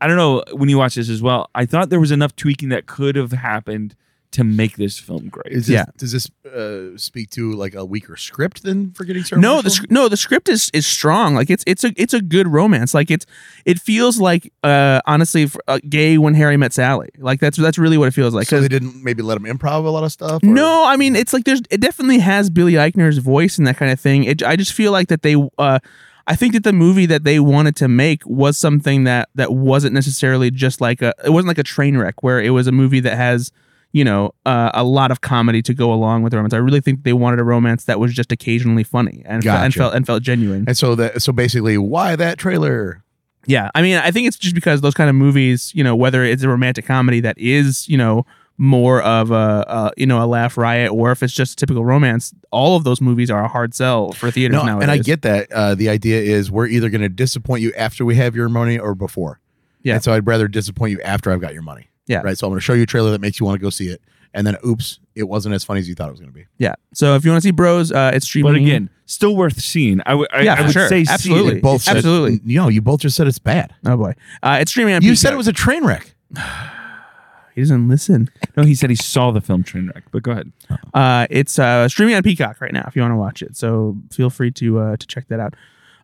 i don't know when you watch this as well i thought there was enough tweaking that could have happened to make this film great. Is this, Yeah. Does this uh, speak to like a weaker script than Forgetting Sarah? No, the Marshall? sc- no, the script is is strong. Like it's it's a it's a good romance. Like it's it feels like uh honestly f- uh, gay when Harry met Sally. Like that's that's really what it feels like. so 'Cause- they didn't maybe let him improv a lot of stuff. or- no, I mean it's like there's it definitely has Billy Eichner's voice and that kind of thing. It, I just feel like that they uh I think that the movie that they wanted to make was something that that wasn't necessarily just like a it wasn't like a train wreck where it was a movie that has you know uh, a lot of comedy to go along with the romance. I really think they wanted a romance that was just occasionally funny and, fe- and Gotcha. felt and felt genuine. And so that so basically, why that trailer? Yeah, I mean, I think it's just because those kind of movies, you know, whether it's a romantic comedy that is, you know, more of a, a you know a laugh riot, or if it's just typical romance, all of those movies are a hard sell for theaters No, nowadays. and I get that. Uh, the idea is we're either going to disappoint you after we have your money or before. Yeah. And so I'd rather disappoint you after I've got your money. Yeah. Right. So I'm going to show you a trailer that makes you want to go see it, and then oops, it wasn't as funny as you thought it was going to be. yeah. So if you want to see Bros, uh, it's streaming. but again, still worth seeing. I would- I- Yeah, I for would sure. say see it. Absolutely. You both said- Absolutely. no, you both just said it's bad. oh boy, uh, it's streaming. On You Peacock. said it was a train wreck. He doesn't listen. No, he said he saw the film Trainwreck. But go ahead. Uh, it's uh, streaming on Peacock right now if you want to watch it. So feel free to uh, to check that out.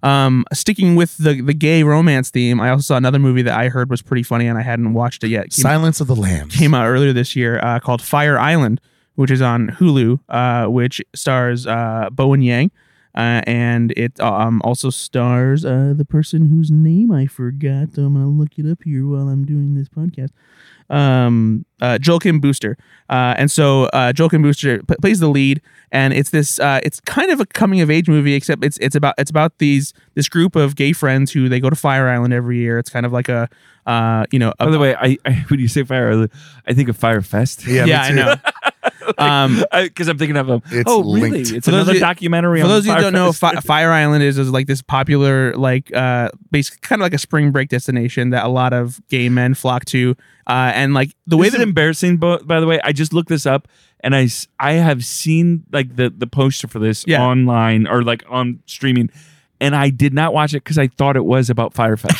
Um, sticking with the the gay romance theme, I also saw another movie that I heard was pretty funny and I hadn't watched it yet. It came Silence of the Lambs. came out earlier this year uh, called Fire Island, which is on Hulu, uh, which stars uh, Bowen Yang. Uh, and it um, also stars uh, the person whose name I forgot. I'm going to look it up here while I'm doing this podcast. Um, uh, Joel Kim Booster. Uh, and so uh, Joel Kim Booster p- plays the lead. And it's this, uh, it's kind of a coming of age movie, except it's it's about it's about these this group of gay friends who they go to Fire Island every year. It's kind of like a, uh, you know, a, By the way, I, I when you say fire, Island, I think of Fire Fest. Yeah, me yeah, I too. know. um, because I'm thinking of a. It's oh, really? linked. It's For those another of you- documentary. For on those of you who don't know, Firefest. Fi- Fire Island is, is like this popular, like uh, basically kind of like a spring break destination that a lot of gay men flock to. Uh, and like the way this that is embarrassing. But by the way, I just looked this up, and I s- I have seen like the the poster for this Yeah. online or like on streaming. And I did not watch it because I thought it was about Firefest.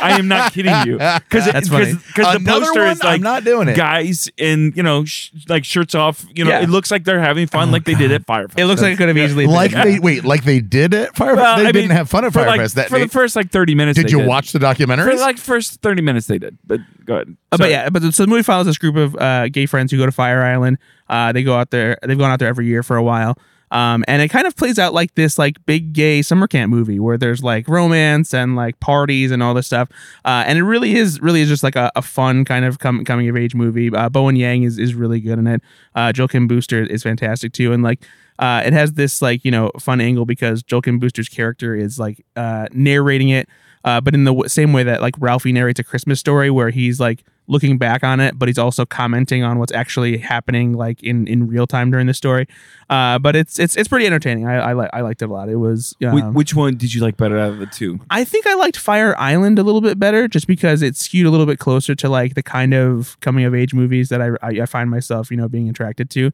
I am not kidding you, because That's funny. the Another poster one? is like I'm not doing it. guys in you know sh- like shirts off. You know, Yeah. it looks like they're having fun, like they did at Firefest. it looks like it could have easily Like been. they wait, like they did at Firefest. Well, they I mean, didn't have fun at for Firefest like- that for day. the first like thirty minutes. did they you watch the For documentary? like first thirty minutes they did, but go ahead. Uh, but Sorry. yeah, but so the movie follows this group of uh, gay friends who go to Fire Island. Uh, they go out there. They've gone out there every year for a while. Um, and it kind of plays out like this, like big gay summer camp movie where there's like romance and like parties and all this stuff. Uh, and it really is, really is just like a, a fun kind of com- coming of age movie. Uh, Bowen Yang is is really good in it. Uh, Joel Kim Booster is fantastic too. And like, uh, it has this like you know fun angle because Joel Kim Booster's character is like uh, narrating it, uh, but in the w- same way that like Ralphie narrates a Christmas story, where he's like looking back on it, but he's also commenting on what's actually happening like in in real time during the story. Uh, but it's it's it's pretty entertaining. I I, li- I liked it a lot. It was um, Wh- which one did you like better out of the two? I think I liked Fire Island a little bit better just because it skewed a little bit closer to like the kind of coming of age movies that I, I, I find myself, you know, being attracted to.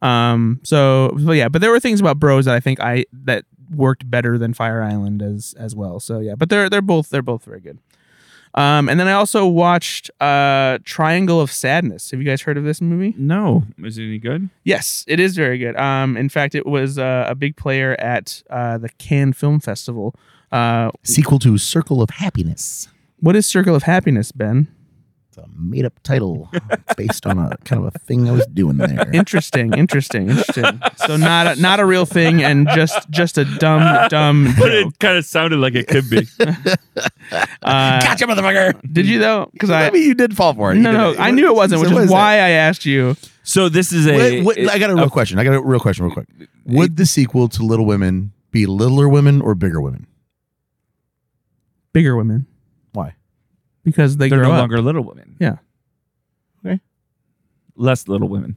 Um, so, so yeah, but there were things about Bros that I think I that worked better than Fire Island as as well. So yeah, but they're they're both they're both very good. Um, and then I also watched uh, Triangle of Sadness. Have you guys heard of this movie? No, is it any good? Yes, it is very good. Um, in fact, it was uh, a big player at uh, the Cannes Film Festival. Uh, Sequel to Circle of Happiness. what is Circle of Happiness, Ben? It's a made up title based on a kind of a thing I was doing there. Interesting, interesting, interesting. So not a, not a real thing, and just just a dumb dumb. But joke. it kind of sounded like it could be. Uh, Gotcha, motherfucker. did you though? Because I, I mean, you did fall for it. You no did no it. I knew it wasn't, So which what is that? why I asked you. so this is a. Wait, what- it- I got a real a- question. I got a real question, real quick. Would the sequel to Little Women be Littler Women or Bigger Women? Bigger women Why? because they They're grow no up. longer little women. Yeah. Okay. Less little women.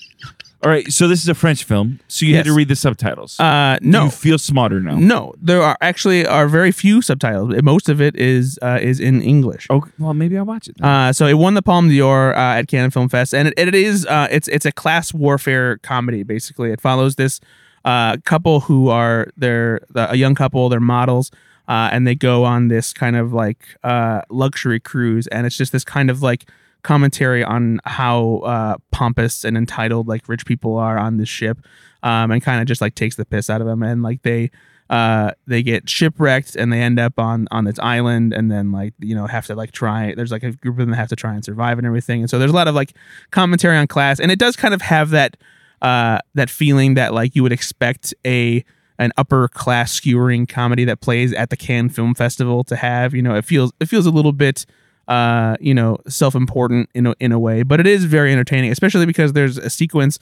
All right. So this is a French film. So you had Yes. to read the subtitles. uh, Do no, You feel smarter now. no. There are actually are very few subtitles. Most of it is uh, is in English. Okay. Well, maybe I'll watch it. then. Uh, so it won the Palme d'Or uh, at Cannes Film Fest, and it, it is uh, it's it's a class warfare comedy. Basically, it follows this uh, couple who are they're the, a young couple, they're models, uh, and they go on this kind of like uh, luxury cruise, and it's just this kind of like commentary on how uh, pompous and entitled like rich people are on this ship, um, and kind of just like takes the piss out of them. And like they uh, they get shipwrecked and they end up on on this island, and then like you know have to like try. There's like a group of them that have to try and survive and everything. And so there's a lot of like commentary on class, and it does kind of have that uh, that feeling that like you would expect a an upper class skewering comedy that plays at the Cannes Film Festival to have. You know, it feels it feels a little bit uh, you know, self-important in a, in a way, but it is very entertaining, especially because there's a sequence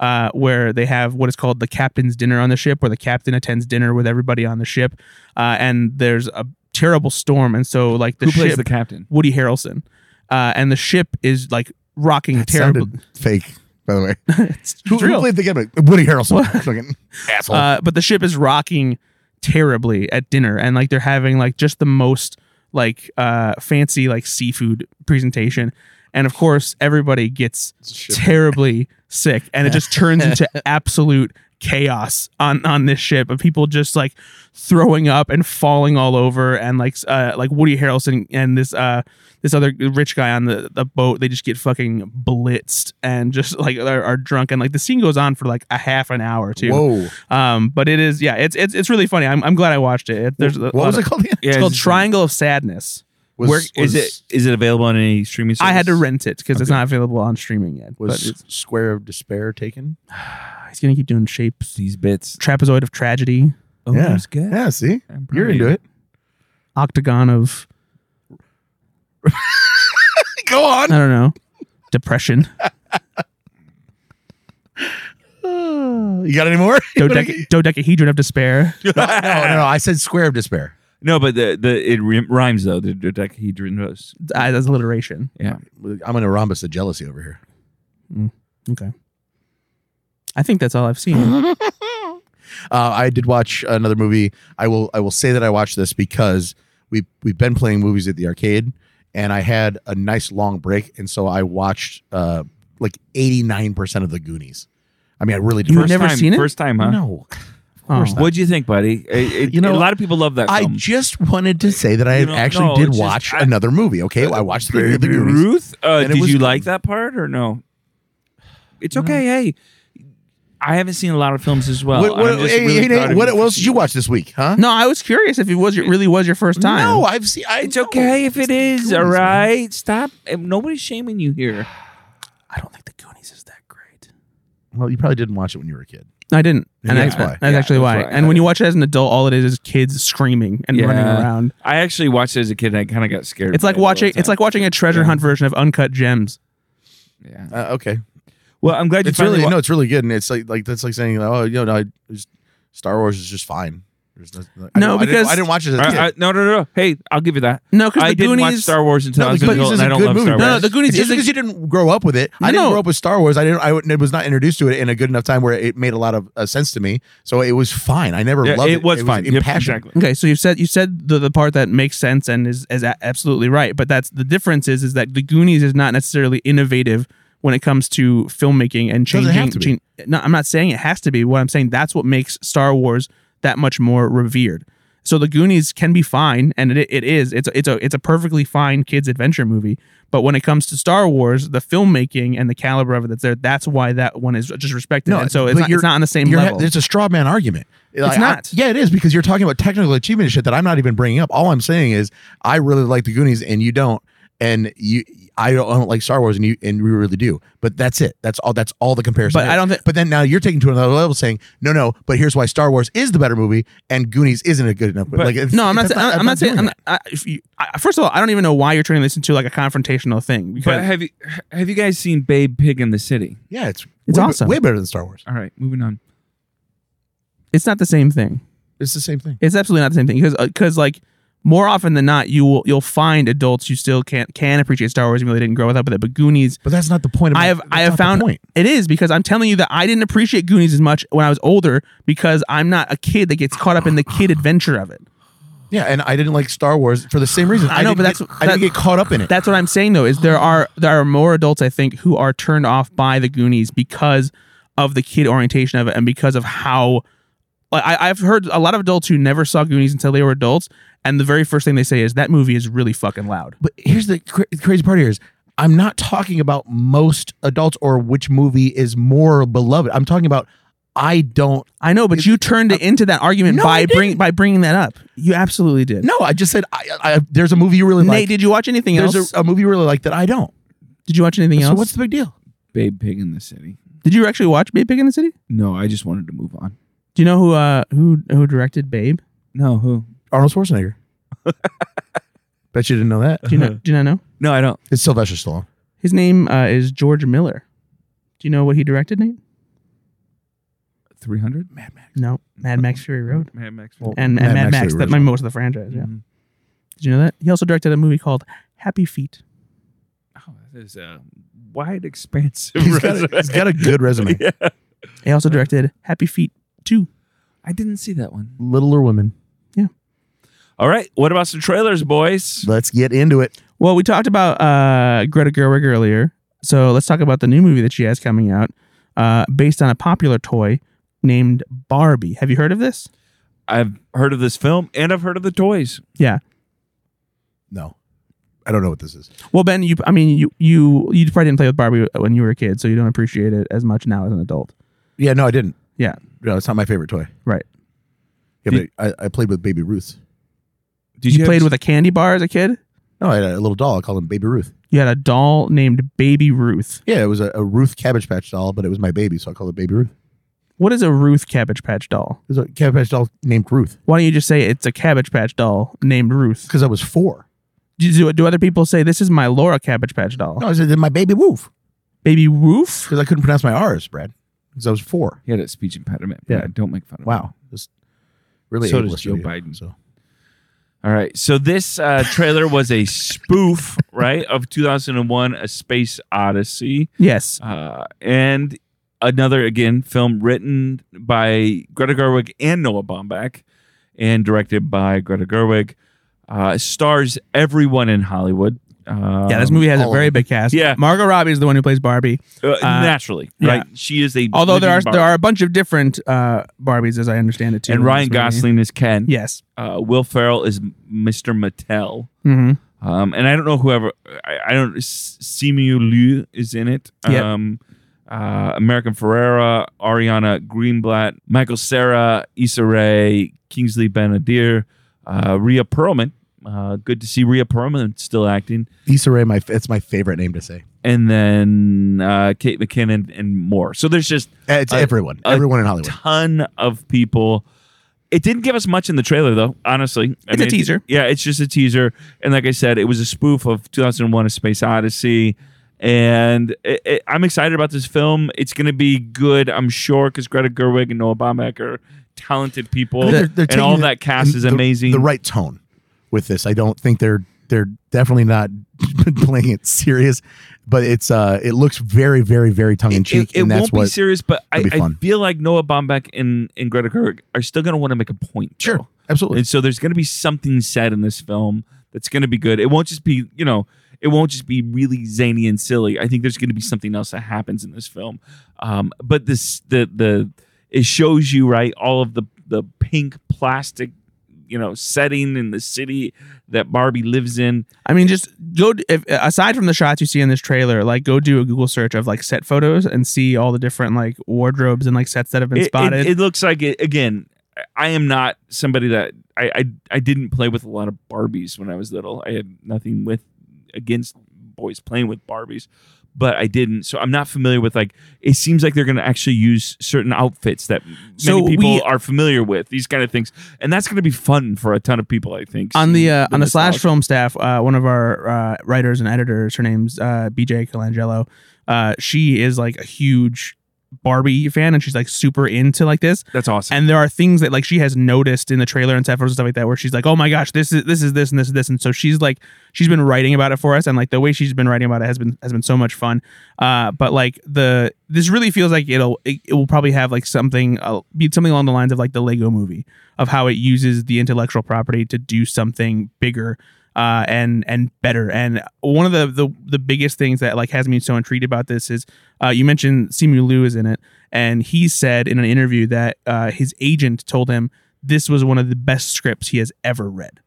uh, where they have what is called the captain's dinner on the ship, where the captain attends dinner with everybody on the ship, uh, and there's a terrible storm, and so like the Who ship, plays the captain? Woody Harrelson, uh, and the ship is like rocking That terribly. sounded fake, by the way. it's, Who, it's who real. played the game? Woody Harrelson. Fucking asshole. Uh, but the ship is rocking terribly at dinner, and like they're having like just the most like uh fancy like seafood presentation, and of course everybody gets terribly sick, and it just turns into absolute chaos on on this ship of people just like throwing up and falling all over and like uh like Woody Harrelson and this uh this other rich guy on the, the boat they just get fucking blitzed and just like are, are drunk and like the scene goes on for like a half an hour too Whoa. um, but it is, yeah, it's it's it's really funny. I'm, I'm glad I watched it. it there's a What lot was of- it called? again? Yeah, It's called is- Triangle of Sadness. Was, Where- is was- it? Is it available on any streaming? Service? I had to rent it because it's not available on streaming yet. but Was it's, Square of Despair taken? he's gonna keep doing shapes. these bits. Trapezoid of tragedy, Oh, Yeah. that was good. Yeah, see? I'm proud You're of into you. it. octagon of Go on. I don't know, depression, Uh, you got any more? dodeca- dodecahedron of despair. no, no, no. I said Square of Despair. No, but the the it rim- rhymes though. The dodecahedron rose. Uh, that's alliteration. Yeah. I'm in a rhombus of jealousy over here. Okay, I think that's all I've seen. Uh, I did watch another movie. I will I will say that I watched this because we we've been playing movies at the arcade, and I had a nice long break, and so I watched uh, like eighty nine percent of the Goonies. I mean, I really did. You First never time- seen it? First time, huh? No, Oh. What'd you think, buddy? It- it- You know, um, a lot of people love that. I film. just wanted to say that I You know, actually no, did it's just- watch I- another movie. Okay, I watched the, the Baby Goonies. Ruth. Uh, And it did was you good. like that part or no? It's okay. Hey, I haven't seen a lot of films as well. What, and Oh, I'm what, just hey, really hey, proud Nate, of what, you what for else did you seeing watch this week? Huh? No, I was curious if it was it really was your first time. No, I've seen. I, it. It's okay if it is. all Goonies, man. right, stop. Um, Nobody's shaming you here. I don't think the Goonies is that great. Well, you probably didn't watch it when you were a kid. I didn't, and Yeah. that's That's why. why. That's Yeah, actually that's why. why. And when you watch it as an adult, all it is is kids screaming and running Yeah. around. I actually watched it as a kid, and I kind of got scared. It's like by it a watching. little It's like watching a treasure Yeah. hunt version of Uncut Gems. time. Yeah. Uh, okay, Well, I'm glad you it's really finally wa- no, it's really good, and it's like like that's like saying, oh, you know, no, I, just, Star Wars is just fine. There's no, I No, didn't- I didn't- because- I didn't watch it. As a kid. I- I- no, no, no. Hey, I'll give you that. No, because I the didn't watch Goonies. Star Wars until No, I was The an Goonies adult, is and a I don't good love movie, Star but- no, Wars. no, the Goonies It's just is because a, you didn't grow up with it. I No. didn't grow up with Star Wars. I didn't. I w- it was not introduced to it in a good enough time where it made a lot of uh, sense to me. So it was fine. I never Yeah, loved it. it was fine. Yep, impassioned. exactly. okay. So you said you said the, the part that makes sense and is is a- absolutely right. But that's the difference is is that the Goonies is not necessarily innovative when it comes to filmmaking and Doesn't changing. have to be. chan- no, I'm not saying it has to be. What I'm saying that's what makes Star Wars that much more revered. So the Goonies can be fine, and it, it is. It's a, it's a it's a perfectly fine kids adventure movie. But when it comes to Star Wars, the filmmaking and the caliber of it that's there, that's why that one is just respected. No, and so it's but not, you're- it's not on the same You're ha- level. it's a straw man argument. Like, I- not. yeah, it is because you're talking about technical achievement and shit that I'm not even bringing up. All I'm saying is I really like the Goonies and you don't, and you I don't, I don't like Star Wars and you and we really do. But that's it. That's all. That's all the comparison. But I is. don't thi- But then now you're taking to another level, saying no, no. But here's why Star Wars is the better movie and Goonies isn't a good enough. But, like it's- no, I'm not. that's Saying, I'm, not saying. doing I'm that. not, I, if you, I, first of all, I don't even know why you're turning this into like a confrontational thing. Because But have you have you guys seen Babe Pig in the City? Yeah, it's It's way, be- awesome. Way better than Star Wars. All right, moving on. it's not the same thing. It's the same thing. It's absolutely not the same thing because because like more often than not, you will you'll find adults who still can can appreciate Star Wars even though they didn't grow up with it. But Goonies, But that's not the point. Of I my- have that's I have not the found point. it is because I'm telling you that I didn't appreciate Goonies as much when I was older because I'm not a kid that gets caught up in the kid adventure of it. Yeah, and I didn't like Star Wars for the same reason. I know, didn't but get- that's- I didn't that- get caught up in it. That's what I'm saying though, is there are there are more adults I think who are turned off by the Goonies because of the kid orientation of it and because of how like I, I've heard a lot of adults who never saw Goonies until they were adults, and the very first thing they say is that movie is really fucking loud. But here's the cra- crazy part here is I'm not talking about most adults or which movie is more beloved. I'm talking about I don't. I know, but It- Uh, you turned it into that argument No, I by bring didn't. by bringing that up. You absolutely did. No, I just said I, I, there's a movie you really Nate, like. did you watch anything There's else? a, a movie you really like that I don't. did you watch anything So else? what's the big deal? Babe Pig in the City. did you actually watch Babe Pig in the City? No, I just wanted to move on. Do you know who uh who who directed Babe? No, who? Arnold Schwarzenegger. Bet you didn't know that. Do you know? do you not know? No, I don't. It's Sylvester Stallone. His name uh, is George Miller. Do you know what he directed, Nate? 300? Mad Max. No, Mad Max Fury Road Mad Max. Well, and, and Mad, Max. the That my most of the franchise. Yeah. Mhm. Did you know that he also directed a movie called Happy Feet? Oh, that is a wide, expansive He's got, resume. a, he's got a good resume. Yeah. He also directed Happy Feet Two. I didn't see that one. Littler Women. All right. What about some trailers, boys? Let's get into it. Well, we talked about uh, Greta Gerwig earlier, so let's talk about the new movie that she has coming out, uh, based on a popular toy named Barbie. Have you heard of this? I've heard of this film and I've heard of the toys. Yeah. No, I don't know what this is. Well, Ben, you I mean you you you probably didn't play with Barbie when you were a kid, so you don't appreciate it as much now as an adult. Yeah, no, I didn't. Yeah. No, it's not my favorite toy. Right. Yeah, Did- but I, I played with Baby Ruth. Did you played with a candy bar as a kid? No, I had a little doll. I called him Baby Ruth. You had a doll named Baby Ruth. Yeah, it was a, a Ruth Cabbage Patch doll, but it was my baby, so I called it Baby Ruth. What is a Ruth Cabbage Patch doll? It was a Cabbage Patch doll named Ruth Why don't you just say it's a Cabbage Patch doll named Ruth? because I was four. Do, do, do other people say this is my Laura Cabbage Patch doll? No, I said my baby Woof Baby Roof? because I couldn't pronounce my R's, Brad, because I was four. He had a speech impediment. Yeah. Yeah. Don't make fun of him. Wow, just really. So does ableist Joe of you. Biden. So All right. So this uh, trailer was a spoof, right, of 2001: A Space Odyssey, Yes. uh, and another again film written by Greta Gerwig and Noah Baumbach, and directed by Greta Gerwig. Uh, stars everyone in Hollywood. Um, Yeah, this movie has a all very of big cast. Yeah. Margot Robbie is the one who plays Barbie. uh, naturally, yeah. right? She is a Although there are living there Barbie. are a bunch of different uh, Barbies, as I understand it, too. and in Ryan this movie. Gosling is Ken. Yes. Uh, Will Ferrell is Mr. Mattel. hmm Um, and I don't know whoever I, I don't S- Simu Liu is in it. Yep. Um, uh, American Ferrera, Ariana Greenblatt, Michael Sarah, Issa Rae, Kingsley Benadir, uh, Rhea Perlman. Uh, good to see Rhea Perlman still acting, Issa Rae, my it's my favorite name to say. and then uh, Kate McKinnon and more. So there's just Uh, It's Uh, everyone, uh, everyone in Hollywood. ton of people. It didn't give us much in the trailer, though. Honestly, I It's a it- teaser. yeah, it's just a teaser, and like I said, it was a spoof of 2001: A Space Odyssey. And it, it- I'm excited about this film. It's going to be good, I'm sure, because Greta Gerwig and Noah Baumbach are talented people, I think they're- they're and all taking that cast and is the- amazing. The right tone with this. I don't think they're they're definitely not playing it serious, but it's uh it looks very very very tongue in It, cheek, it- it and that's won't be what serious, but I, it'll be I fun. feel like Noah Baumbach and, and Greta Gerwig are still going to want to make a point. Sure. though. absolutely. And so there's going to be something said in this film that's going to be good. It won't just be, you know, it won't just be really zany and silly. I think there's going to be something else that happens in this film. Um, but this the the it shows you right all of the the pink plastic, you know, setting in the city that Barbie lives in. I mean, just go if, aside from the shots you see in this trailer. Like, go do a Google search of like set photos and see all the different like wardrobes and like sets that have been It, it, spotted. it looks like it again. I am not somebody that I, I I didn't play with a lot of Barbies when I was little. I had nothing with against boys playing with Barbies, but I didn't. So I'm not familiar with like. It seems like they're going to actually use certain outfits that So many people we- are familiar with. These kind of things, and that's going to be fun for a ton of people. I think on the uh, on the slash nostalgia. film staff, uh, one of our uh, writers and editors, her name's uh, BJ Colangelo. Uh, she is like a huge Barbie fan, and she's like super into like this. That's awesome. And there are things that like she has noticed in the trailer and stuff and stuff like that, where she's like, "Oh my gosh, this is this is this and this is this," and so she's like, she's been writing about it for us, and like the way she's been writing about it has been has been so much fun. Uh, but like the this really feels like it'll it, it will probably have like something uh, be something along the lines of like the Lego Movie of how it uses the intellectual property to do something bigger. Uh, and and better and one of the, the the biggest things that like has me so intrigued about this is uh, you mentioned Simu Liu is in it and he said in an interview that uh, his agent told him this was one of the best scripts he has ever read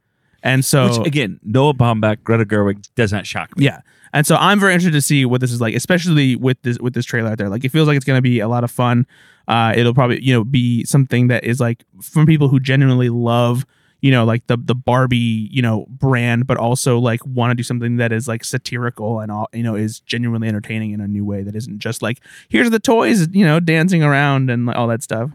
And so Which again, Noah Baumbach, Greta Gerwig does not shock me. yeah. And so I'm very interested to see what this is like, especially with this with this trailer out there. Like it feels like it's gonna be a lot of fun. Uh it'll probably, you know, be something that is like from people who genuinely love, you know, like the the Barbie, you know, brand, but also like want to do something that is like satirical and all you know, is genuinely entertaining in a new way that isn't just like, here's the toys, you know, dancing around and like, all that stuff.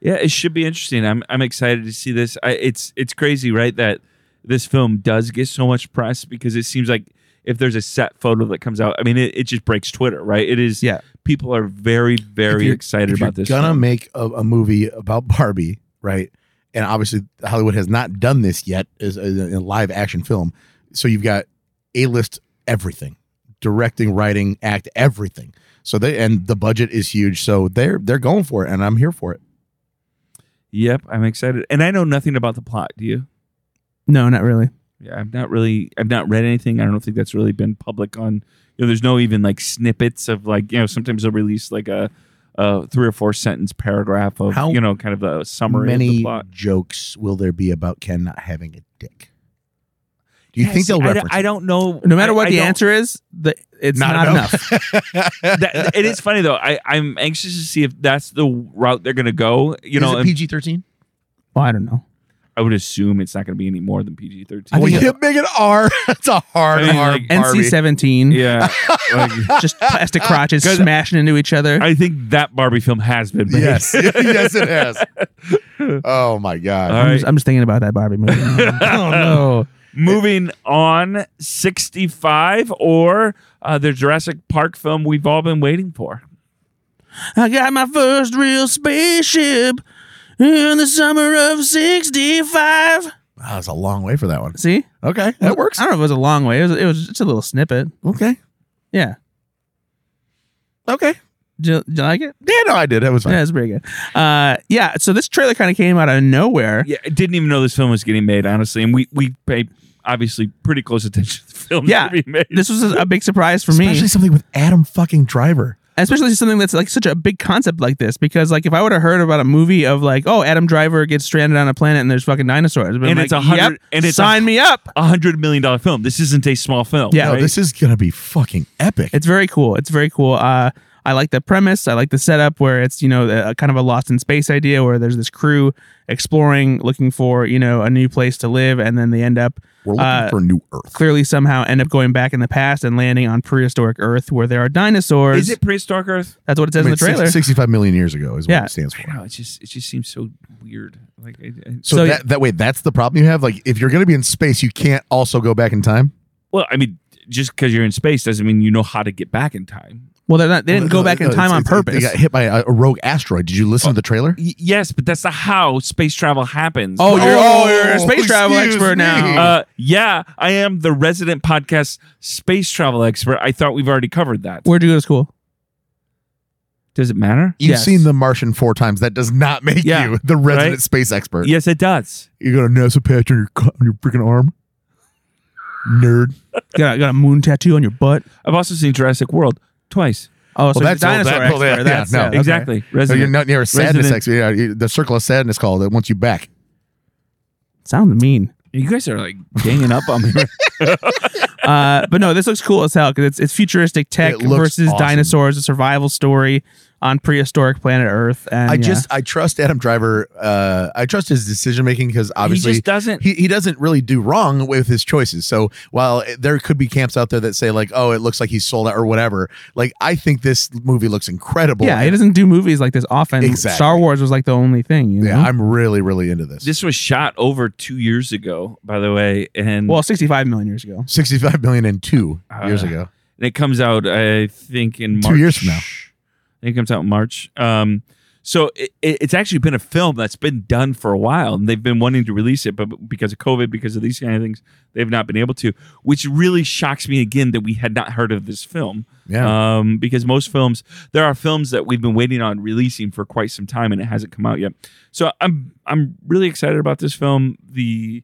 Yeah, it should be interesting. I'm I'm excited to see this. I, it's it's crazy, right? That this film does get so much press because it seems like if there's a set photo that comes out, I mean, it, it just breaks Twitter, right? It is. Yeah. people are very very you're- excited If about you're this. Gonna film. make a, a movie about Barbie, right? And obviously, Hollywood has not done this yet as a, a live action film. So you've got a list everything, directing, writing, act, everything. So they and the budget is huge. So they're they're going for it, and I'm here for it. Yep, I'm excited, and I know nothing about the plot. Do you? No, not really. Yeah, I've not really, I've not read anything. I don't think that's really been public on. You know, there's no even like snippets of like you know. Sometimes they'll release like a, a three or four sentence paragraph of How you know kind of the summary of the Many plot. jokes will there be about Ken not having a dick? Do you Yeah, think see, they'll I, reference? don't- I don't know. No matter I- what I the don't- answer is, the, it's not, enough. enough. that, it is funny though. I I'm anxious to see if that's the route they're gonna go. You know, and PG thirteen. Well, I don't know. I would assume it's not gonna be any more than PG-13. I Well, think you make it R. It's a hard I mean, R. like, Barbie. NC seventeen. yeah, like, just plastic crotches 'Cause- smashing into each other. I think that Barbie film has been made. Yes, yes, it has. Oh my god! All I'm, right. just, I'm just thinking about that Barbie movie. oh no! Moving on, 65 or uh, the Jurassic Park film we've all been waiting for. I got my first real spaceship in the summer of '65. Wow, that was a long way for that one. See, Okay, that works. I don't know if it was a long way. It was. It was just a little snippet. Okay, Yeah. okay. Do you, do you like it? Yeah, no, I did. That was fine. Yeah, it's pretty good. Uh, yeah. So this trailer kind of came out of nowhere. Yeah, I didn't even know this film was getting made, honestly. And we, we pay obviously pretty close attention to the films Yeah. that we made. This was a, a big surprise for me. Especially something with Adam fucking Driver. Oh, especially something that's like such a big concept like this because like if i would have heard about a movie of like oh adam driver gets stranded on a planet and there's fucking dinosaurs I'd been And like, it's a hundred- yep, and it's a- sign me up A $100 million film. This isn't a small film. Yeah. No, right? this is gonna be fucking epic. it's very cool it's very cool uh I like the premise. I like the setup where it's you know a, a kind of a lost in space idea where there's this crew exploring, looking for you know a new place to live, and then they end up We're looking uh, for New Earth. clearly somehow end up going back in the past and landing on prehistoric Earth where there are dinosaurs. Is it prehistoric Earth? That's what it says I mean, in the trailer. six- Sixty-five million years ago is what Yeah. it stands for. I know. It just, it just seems so weird. Like, I, I, So, So- that, that way, that's the problem you have. Like, if you're gonna be in space, you can't also go back in time. well, I mean, just because you're in space doesn't mean you know how to get back in time. well, they're not, they didn't No, go back in Uh, no, time it's- on it's- purpose. They got hit by a, a rogue asteroid. Did you listen to the trailer? Y- yes, but that's not how space travel happens. Oh, you're oh, you're a Oh, space travel excuse expert me. now. Uh, yeah, I am the resident podcast space travel expert. I thought we've already covered that. Where'd you go to school? Does it matter? You've Yes. seen The Martian four times. That does not make Yeah, you the resident right? space expert. Yes, it does. You got a NASA patch on your co- on your freaking arm, nerd. Got a, got a moon tattoo on your butt. I've also seen Jurassic World twice. Oh, so that's that's all- dinosaur that- well, yeah, expert. yeah, that's no. yeah, okay. Exactly. So you're Resident. not near a sadness Resident- expert. Yeah, you- the circle of sadness call that wants you back. Sounds mean. you guys are like ganging up on me. Uh, but no, this looks cool as hell because it's, it's futuristic tech It looks versus awesome. dinosaurs, a survival story on prehistoric planet Earth. And I yeah. just I trust Adam Driver. Uh, I trust his decision making because obviously he just doesn't. he, he doesn't really do wrong with his choices. So while there could be camps out there that say like, oh, it looks like he's sold out or whatever, like I think this movie looks incredible. yeah, he doesn't do movies like this often. Exactly. Star Wars was like the only thing. You know? yeah, I'm really really into this. Mm-hmm. This was shot over two years ago, by the way, and well, 65 million years ago. Sixty-five million and two Uh, years ago. and it comes out I think in Two March. years from now. I think it comes out in March. Um, so it, it- it's actually been a film that's been done for a while, and they've been wanting to release it, but because of COVID, because of these kind of things, they've not been able to. Which really shocks me again that we had not heard of this film. Yeah. Um, because most films, there are films that we've been waiting on releasing for quite some time, and it hasn't come out yet. So I'm I'm really excited about this film. The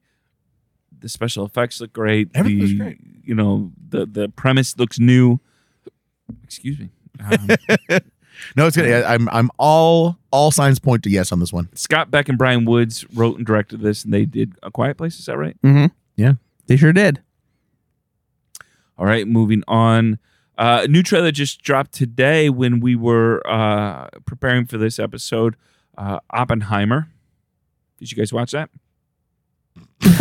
the special effects look great. Everything the, looks great. You know the the premise looks new. Excuse me. Um, no, it's good. Yeah, I'm I'm all all signs point to yes on this one. Scott Beck and Brian Woods wrote and directed this, and they did A Quiet Place. Is that right? Mhm. They sure did. All right, moving on. Uh, new trailer just dropped today when we were uh, preparing for this episode. Uh, Oppenheimer. Did you guys watch that? ben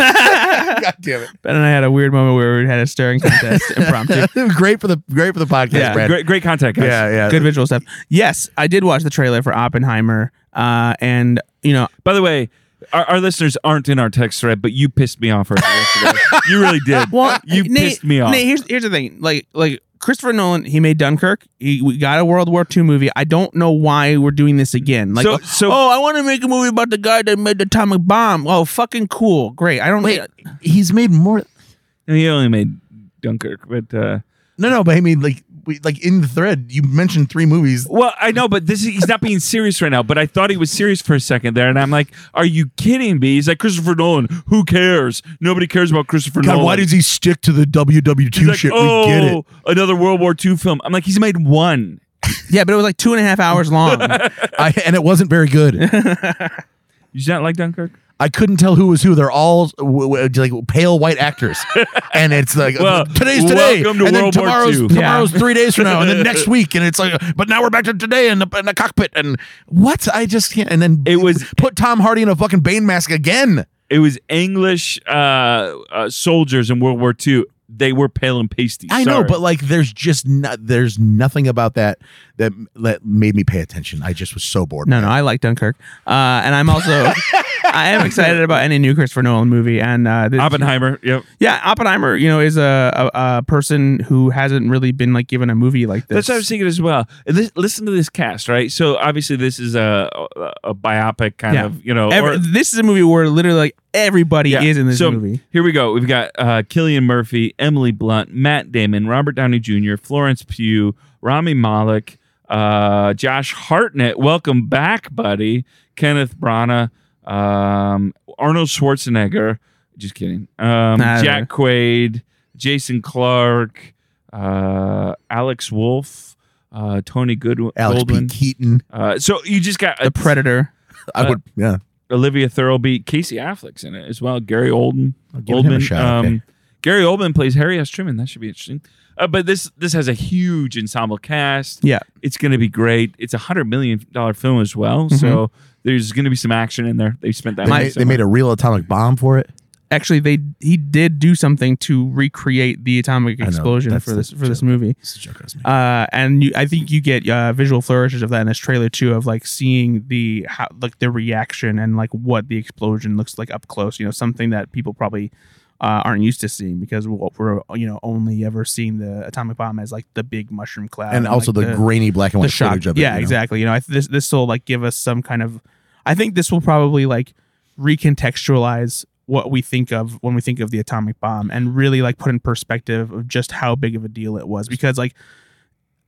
God damn and I had a weird moment where we had a staring contest impromptu. it. great for the great for the podcast, Yeah, Brad. Great, great content, guys. Yeah, yeah. Good visual stuff. Yes, I did watch the trailer for Oppenheimer. Uh, and you know, By the way, our, our listeners aren't in our text thread, but you pissed me off earlier today. you really did. well, Oh, You uh, Nate- pissed me off. Nate, here's here's the thing. Like like Christopher Nolan, he made Dunkirk. He we got a World War II movie. I don't know why we're doing this again. Like so, so oh, I want to make a movie about the guy that made the atomic bomb. Oh, fucking cool. Great. I don't Wait. He's made more. he only made Dunkirk, but uh, No, no, but I mean, like, we, like in the thread, you mentioned three movies. well, I know, but this is, he's not being serious right now. But I thought he was serious for a second there, and I'm like, "Are you kidding me?" He's like Christopher Nolan. Who cares? Nobody cares about Christopher God, Nolan. why does he stick to the WW2 He's like, shit? oh, we get it. another World War II film. I'm like, he's made one. Yeah, but it was like two and a half hours long. I, and it wasn't very good. You not like Dunkirk? I couldn't tell who was who. They're all w- w- like pale white actors, and it's like Well, today's today, welcome to and World then War tomorrow's II. tomorrow's three days from now, and then next week, and it's like, but now we're back to today in the, in the cockpit, and what I just can't. And then It was- put Tom Hardy in a fucking Bane mask again. It was English uh, uh, soldiers in World War II. They were pale and pasty. I know, Sorry. but like, there's just not, there's nothing about that that that made me pay attention. I just was so bored. No, no, I like Dunkirk, uh, and I'm also I am excited about any new Christopher Nolan movie. And uh, this, Oppenheimer. Yep. yeah, Oppenheimer, you know, is a, a a person who hasn't really been like given a movie like this. That's what I was thinking as well. And this- listen to this cast, right? So obviously this is a a, a biopic kind Yeah. of, you know. Every- or- this is a movie where literally like everybody Yeah. is in this So- movie. here we go. We've got uh, Killian Murphy, Emily Blunt, Matt Damon, Robert Downey Jr., Florence Pugh, Rami Malek, uh, Josh Hartnett. Welcome back, buddy. Kenneth Branagh, um, Arnold Schwarzenegger. Just kidding. Um, I don't Jack Quaid, Jason Clark, uh, Alex Wolf. Uh, Tony Goodwin, Alex Goldwyn. P. Keaton. Uh, so you just got The a, Predator. I Uh, would, yeah. Olivia Thirlby, Casey Affleck's in it as well. Gary Oldman, give him a Oldman. shot, um, okay. Gary Oldman plays Harry S. Truman. That should be interesting. Uh, but this this has a huge ensemble cast. Yeah. It's going to be great. It's a hundred million dollar film as well, so there's going to be some action in there. They spent that. Mm-hmm. They, money made, they made a real atomic bomb for it. Actually, they he did do something to recreate the atomic I know, explosion that's for the this for this joke. movie. It's a joke I was making. uh, and you, I think you get uh, visual flourishes of that in this trailer too, of like seeing the how, like the reaction and like what the explosion looks like up close. You know, something that people probably uh, aren't used to seeing because we're, we're you know only ever seeing the atomic bomb as like the big mushroom cloud and also like, the, grainy black and the white shock. footage of it. you yeah, know? exactly. You know, I, th- this this will like give us some kind of. I think this will probably like recontextualize what we think of when we think of the atomic bomb and really like put in perspective of just how big of a deal it was because like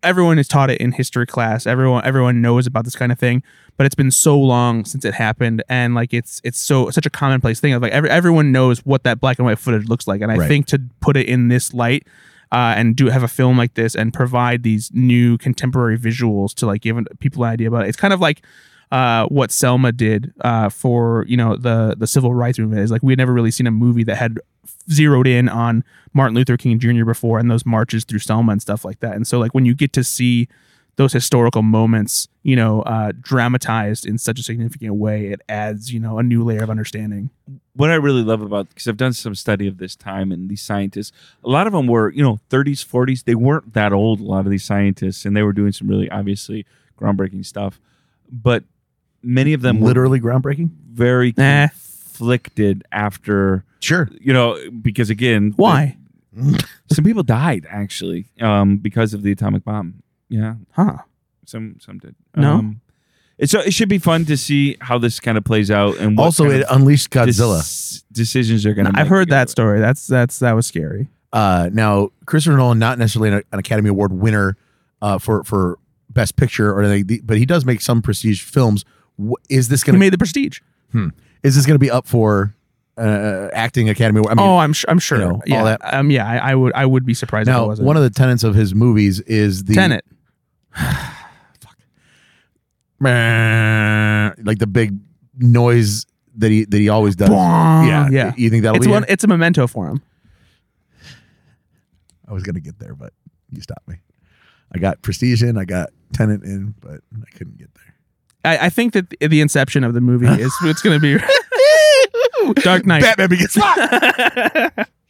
everyone is taught it in history class everyone everyone knows about this kind of thing but it's been so long since it happened and like it's it's so such a commonplace thing of like every, everyone knows what that black and white footage looks like and i Right. think to put it in this light uh, and do have a film like this and provide these new contemporary visuals to like give people an idea about it it's kind of like uh, what Selma did uh, for you know the the civil rights movement is like we had never really seen a movie that had zeroed in on Martin Luther King Jr. before and those marches through Selma and stuff like that. And so like when you get to see those historical moments, you know, uh, dramatized in such a significant way, it adds you know a new layer of understanding. what I really love about because I've done some study of this time and these scientists, a lot of them were you know 30s, 40s. They weren't that old. A lot of these scientists, and they were doing some really obviously groundbreaking stuff, but many of them were literally groundbreaking. very Nah. conflicted after Sure. you know because again Why? some people died actually um because of the atomic bomb yeah Huh? some some did No. um, it's so it should be fun to see how this kind of plays out and what Also, kind it of unleashed dis- Godzilla. decisions are going to uh, I've heard that story. That's that's that was scary. Uh, now, Christopher Nolan, not necessarily an, an Academy Award winner uh, for for Best Picture or anything, but he does make some prestige films. Wh- Is this Who gonna made the Prestige? is this gonna be up for uh, acting Academy Award? I mean, oh, I'm sure. I'm sure. you know, yeah. all that- Um. Yeah. I, I would. I would be surprised if it now wasn't. one of the tenets of his movies is the Tenet. like the big noise that he that he always does. yeah, Yeah, yeah. You think that'll It's be? one. it? It's a memento for him. I was gonna get there, but you stopped me. I got prestige in, I got tenant in, but I couldn't get there. I, I think that the, the inception of the movie is it's going to be Dark Knight. Batman begins. All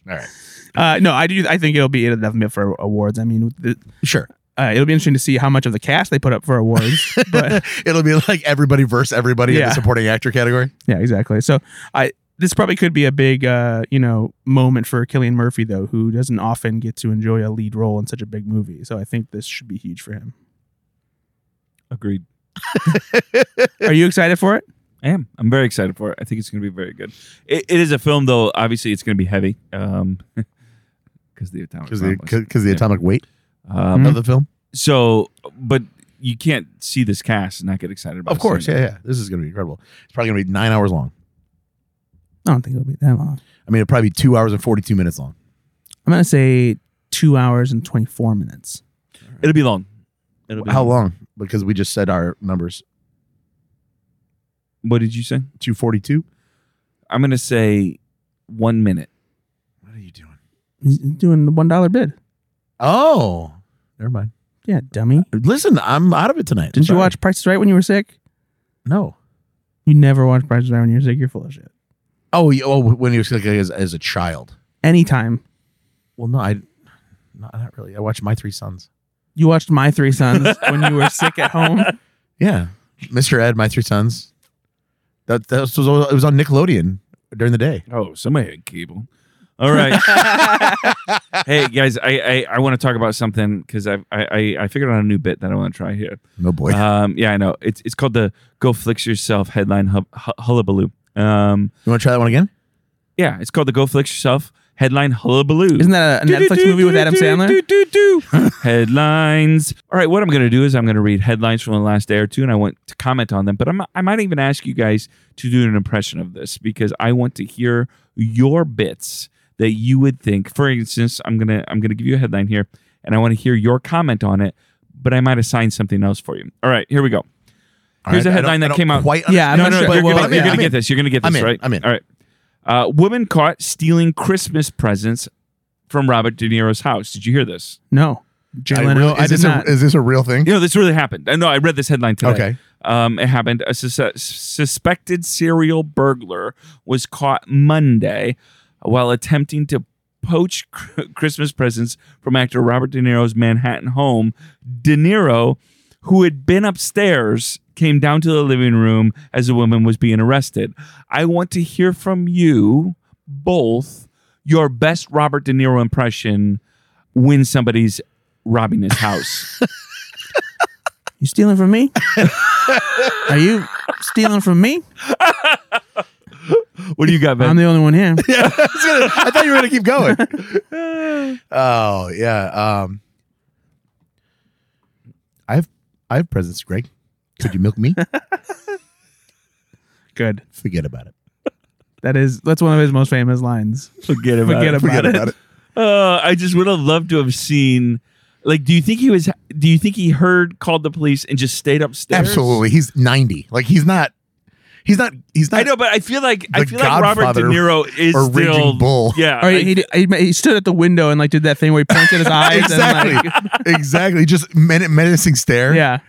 right, Uh, no, I do. I think it'll be it'll definitely be up for awards. I mean, the, sure. uh, it'll be interesting to see how much of the cast they put up for awards. but It'll be like everybody versus everybody in Yeah. the supporting actor category. yeah, exactly. So I this probably could be a big uh, you know moment for Killian Murphy though, who doesn't often get to enjoy a lead role in such a big movie. So I think this should be huge for him. Agreed. Are you excited for it? I am. I'm very excited for it. I think it's going to be very good. It, it is a film, though. Obviously, it's going to be heavy um, because the atomic. because the bomb was- because the Yeah. atomic weight Um, Mm-hmm. of the film. So, but you can't see this cast and not get excited about. Of course, seeing yeah, it. yeah. This is gonna be incredible. It's probably gonna be nine hours long. I don't think it'll be that long. I mean, it'll probably be two hours and forty two minutes long. I'm gonna say two hours and twenty four minutes. It'll be long. It'll be How long? Because we just said our numbers What did you say? two forty two. I'm going to say one minute. What are you doing? He's doing the one dollar bid. Oh, never mind. Yeah, dummy. Listen, I'm out of it tonight. Didn't you Sorry. watch Price is Right when you were sick? No. You never watched Price is Right when you were sick. You're full of shit. Oh, you- oh, when he was like as, as a child. Anytime Well, no, I not, not really. I watched My Three Sons. you watched My Three Sons when you were sick at home. Yeah, Mr. Ed, My Three Sons. That that was it was on Nickelodeon during the day. Oh, somebody had cable. All right. hey guys, I I, I want to talk about something because I I I figured out a new bit that I want to try here. No boy. Um, yeah, I know. It's it's called the Go Flix Yourself headline hub, hu- hullabaloo. Um, you want to try that one again? yeah, it's called the Go Flix Yourself headline hullabaloo. Isn't that a, a Netflix movie with Adam Sandler? headlines. All right, what I'm going to do is I'm going to read headlines from the last day or two, and I want to comment on them. But I'm, I might even ask you guys to do an impression of this because I want to hear your bits that you would think. For instance, I'm gonna I'm gonna give you a headline here, and I want to hear your comment on it. But I might assign something else for you. All right, here we go. Here's All I don't- a headline I that don't came out- Quite Yeah, I'm no, not no, sure. no, you're, Well, gonna, I'm you're in, gonna I'm get in. this. You're gonna get this, I'm in, right? I'm in. All right. Uh, woman caught stealing Christmas presents from Robert De Niro's house. Did you hear this? No, Jay I Leno. really- I is did this a- not. is this a real thing? You know, this really happened. I know. I read this headline today. Okay. Um, it happened. A sus- suspected serial burglar was caught Monday while attempting to poach Christmas presents from actor Robert De Niro's Manhattan home. De Niro, who had been upstairs, came down to the living room as the woman was being arrested. I want to hear from you both your best Robert De Niro impression when somebody's robbing his house. You stealing from me? Are you stealing from me? what do you got, I'm Ben? the only one here. Yeah, I, was gonna- I thought you were gonna keep going. oh yeah. Um, I have I have presents, Greg. Could you milk me? Good. Forget about it. That is. That's one of his most famous lines. Forget about Forget it. about Forget it. about it. Uh, I just would have loved to have seen. Like, do you think he was? Do you think he heard, called the police, and just stayed upstairs? Absolutely. He's ninety. Like he's not. He's not. He's not. I know, but I feel like I The feel like Robert De Godfather Niro is or Raging still Bull. Yeah, Or like, he, he, he stood at the window and like did that thing where he pointed his eyes exactly. and like exactly. Just men- menacing stare. yeah.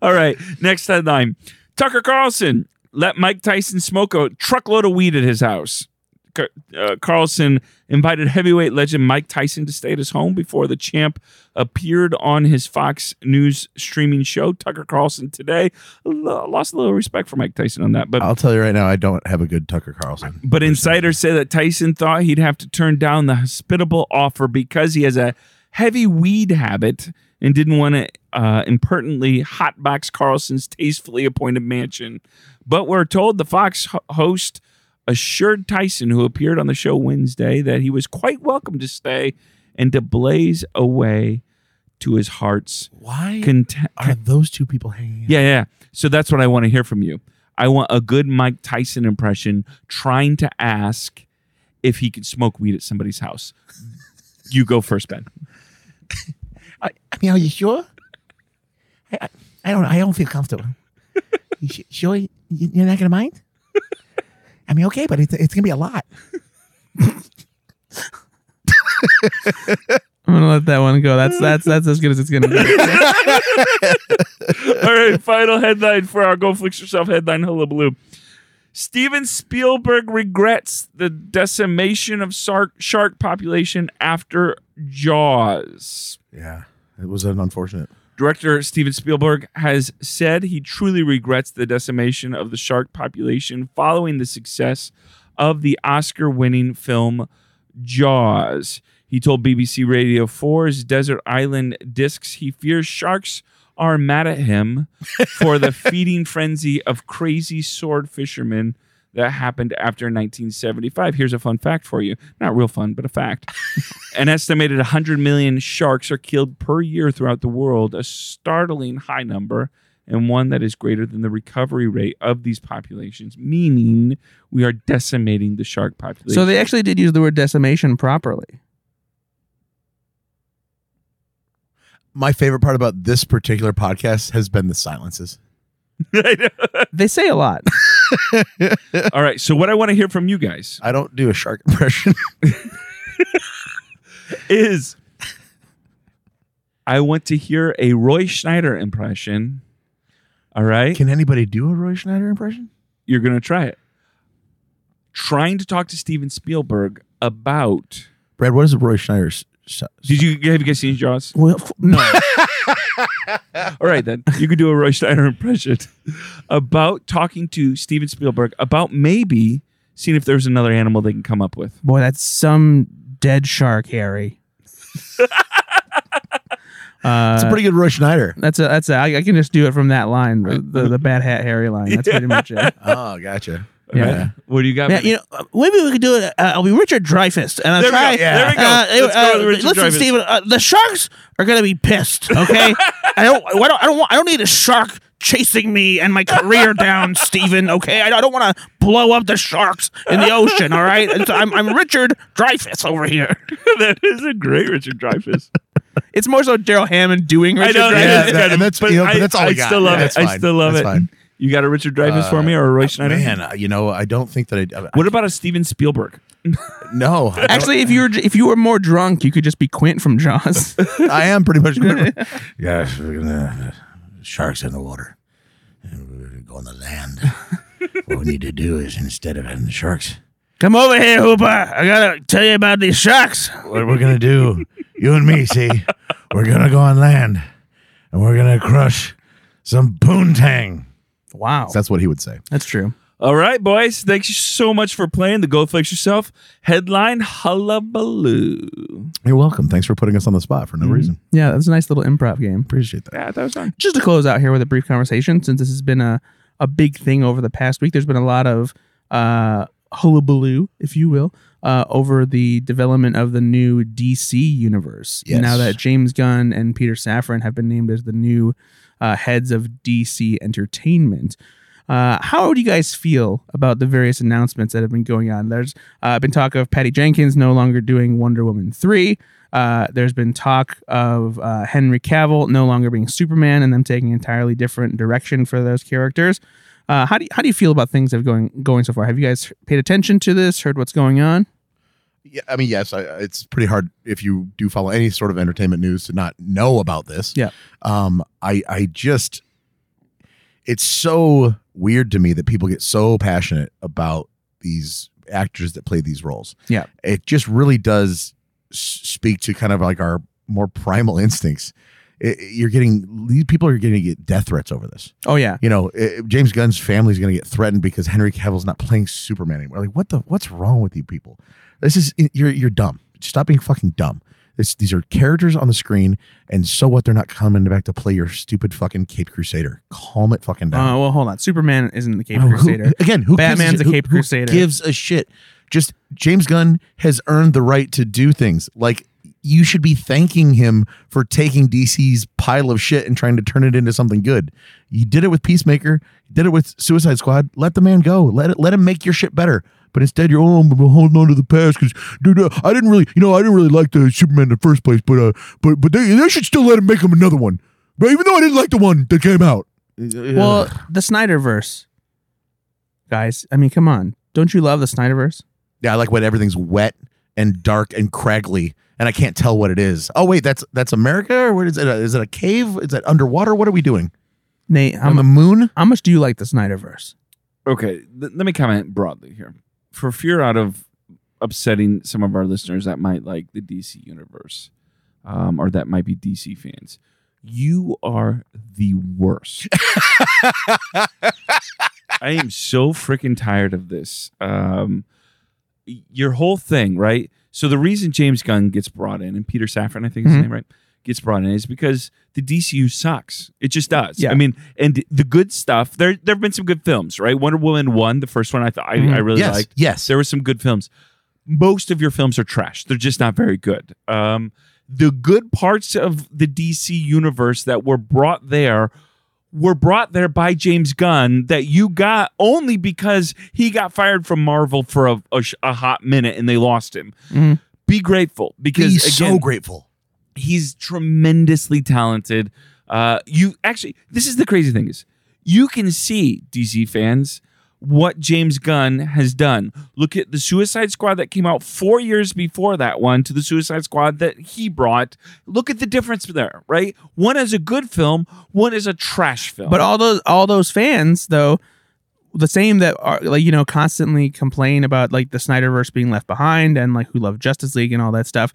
all right. Next headline: Tucker Carlson let Mike Tyson smoke a truckload of weed at his house. Car- uh, Carlson invited heavyweight legend Mike Tyson to stay at his home before the champ appeared on his Fox News streaming show. Tucker Carlson today Lo- lost a little respect for Mike Tyson on that, but I'll tell you right now, I don't have a good Tucker Carlson. But insiders say that Tyson thought he'd have to turn down the hospitable offer because he has a heavy weed habit and didn't want to uh, impertinently hotbox Carlson's tastefully appointed mansion. But we're told the Fox ho- host assured Tyson, who appeared on the show Wednesday, that he was quite welcome to stay and to blaze away to his heart's Why content. are those two people hanging? out? Yeah, yeah. So that's what I want to hear from you. I want a good Mike Tyson impression trying to ask if he could smoke weed at somebody's house. You go first, Ben. I, I mean, are you sure? I, I, I don't. I don't feel comfortable. you sh- sure you, you're not gonna mind? I mean, okay, but it's, it's gonna be a lot. I'm gonna let that one go. That's that's that's as good as it's gonna be. All right, final headline for our Go Fix Yourself headline hullabaloo. Steven Spielberg regrets the decimation of shark, shark population after Jaws. Yeah, it was an unfortunate. Director Steven Spielberg has said he truly regrets the decimation of the shark population following the success of the Oscar winning film Jaws. He told BBC Radio 4's Desert Island Discs he fears sharks are mad at him for the feeding frenzy of crazy sword fishermen that happened after 1975. Here's a fun fact for you. Not real fun, but a fact. An estimated 100 million sharks are killed per year throughout the world, a startling high number, and one that is greater than the recovery rate of these populations, meaning we are decimating the shark population. so they actually did use the word decimation properly. My favorite part about this particular podcast has been the silences. I know. They say a lot. All right. So, what I want to hear from you guys I don't do a shark impression. is I want to hear a Roy Schneider impression. All right. Can anybody do a Roy Schneider impression? You're going to try it. Trying to talk to Steven Spielberg about. Brad, what is a Roy Schneider? s- s- Did you have you guys seen Jaws? Well, f- no. All right, then you could do a Roy Schneider impression about talking to Steven Spielberg about maybe seeing if there's another animal they can come up with. Boy, that's some dead shark, Harry. uh, It's a pretty good Roy Schneider. that's a that's a. I, I can just do it from that line, the the, the bad hat Harry line. That's pretty much it. Oh, gotcha. All right, Yeah. What do you got? Yeah, you know, uh, maybe we could do it. Uh, I'll be Richard Dreyfuss, and I'll There we try. uh, go. Yeah. There we go. Let's go with Richard listen, Dreyfuss. Steven, uh, the sharks are gonna be pissed. Okay, I don't. I don't. I don't, want, I don't need a shark chasing me and my career down, Steven. Okay, I, I don't want to blow up the sharks in the ocean. All right, And so I'm, I'm Richard Dreyfuss over here. that is a great Richard Dreyfuss. It's more so Daryl Hammond doing I Dreyfuss. know, that Yeah, is that- good, and that's- you know, but that's all I, we I got. still love Yeah, it. that's I fine. still love That's it. fine. You got a Richard Dreyfuss Uh, for me or a Roy Schneider? Man, uh, you know, I don't think that I. I What about a Steven Spielberg? no, I don't- Actually, if you were if you were more drunk, you could just be Quint from Jaws. I am pretty much good. yeah, we're gonna- sharks in the water. And we're gonna go on the land. what we need to do is instead of having the sharks, Come over here, Hooper. I gotta tell you about these sharks. what we're gonna do, you and me, see, we're gonna go on land, and we're gonna crush some poontang. Wow, That's what he would say. that's true. All right, boys. Thank you so much for playing the Go Flex Yourself headline hullabaloo. You're welcome. Thanks for putting us on the spot for no reason. Yeah, that was a nice little improv game. Appreciate that. Yeah, that was fun. Just to close out here with a brief conversation, since this has been a, a big thing over the past week, there's been a lot of uh, hullabaloo, if you will, uh, over the development of the new DC universe. Yes. Now that James Gunn and Peter Safran have been named as the new uh, heads of DC Entertainment. Uh, how do you guys feel about the various announcements that have been going on? There's uh, been talk of Patty Jenkins no longer doing Wonder Woman 3. Uh, there's been talk of uh, Henry Cavill no longer being Superman and them taking an entirely different direction for those characters. Uh, how, do you, how do you feel about things that have going going so far? Have you guys paid attention to this? Heard what's going on? Yeah, I mean, yes, I, it's pretty hard if you do follow any sort of entertainment news to not know about this. Yeah. Um, I I just it's so weird to me that people get so passionate about these actors that play these roles. Yeah. It just really does s- speak to kind of like our more primal instincts. It, it- you're getting these people are going to get death threats over this. Oh yeah, You know, it, James Gunn's family is going to get threatened because Henry Cavill's not playing Superman anymore. Like, what the? What's wrong with you people? This is you're you're dumb. Stop being fucking dumb. This, these are characters on the screen, and so what? They're not coming back to play your stupid fucking Cape Crusader. Calm it fucking down. Uh, well, hold on. Superman isn't the Cape Well, Oh, who- Crusader. again, who gives Batman's shit? a Who- Cape who Crusader. gives a shit? Just James Gunn has earned the right to do things. Like you should be thanking him for taking DC's pile of shit and trying to turn it into something good. You did it with Peacemaker. You did it with Suicide Squad. Let the man go. Let it, let him make your shit better. But instead, you're oh, I'm holding on to the past because dude, uh, I didn't really, you know, I didn't really like the Superman in the first place. But uh, but but they, they should still let him make him another one. But even though I didn't like the one that came out. Well, the Snyderverse, guys. I mean, come on. Don't you love the Snyderverse? Yeah, I like when everything's wet and dark and craggly, and I can't tell what it is. Oh wait, that's that's America, or what is it? Is it a cave? Is it underwater? What are we doing Nate, how, on the mu- moon? how much do you like the Snyderverse? okay, th- let me comment broadly here. For fear out of upsetting some of our listeners that might like the DC universe um, or that might be DC fans, you are the worst. I am so freaking tired of this. Um, y- your whole thing, right? So the reason James Gunn gets brought in and Peter Safran, I think is his Mhm. name, right, gets brought in is because the DCU sucks. It just does. Yeah. I mean, and the good stuff. There, there have been some good films, right? Wonder Woman one, the first one, I thought Mhm. I, I really yes, liked. yes. There were some good films. Most of your films are trash. They're just not very good. Um, the good parts of the DC universe that were brought there were brought there by James Gunn that you got only because he got fired from Marvel for a, a, sh- a hot minute and they lost him. Mhm. Be grateful because Be so again, grateful. he's tremendously talented. Uh, you actually, this is the crazy thing is, you can see DC fans what James Gunn has done. Look at the Suicide Squad that came out four years before that one to the Suicide Squad that he brought. Look at the difference there, right? One is a good film, one is a trash film. But all those all those fans though, the same that are like you know constantly complain about like the Snyderverse being left behind and like who love Justice League and all that stuff.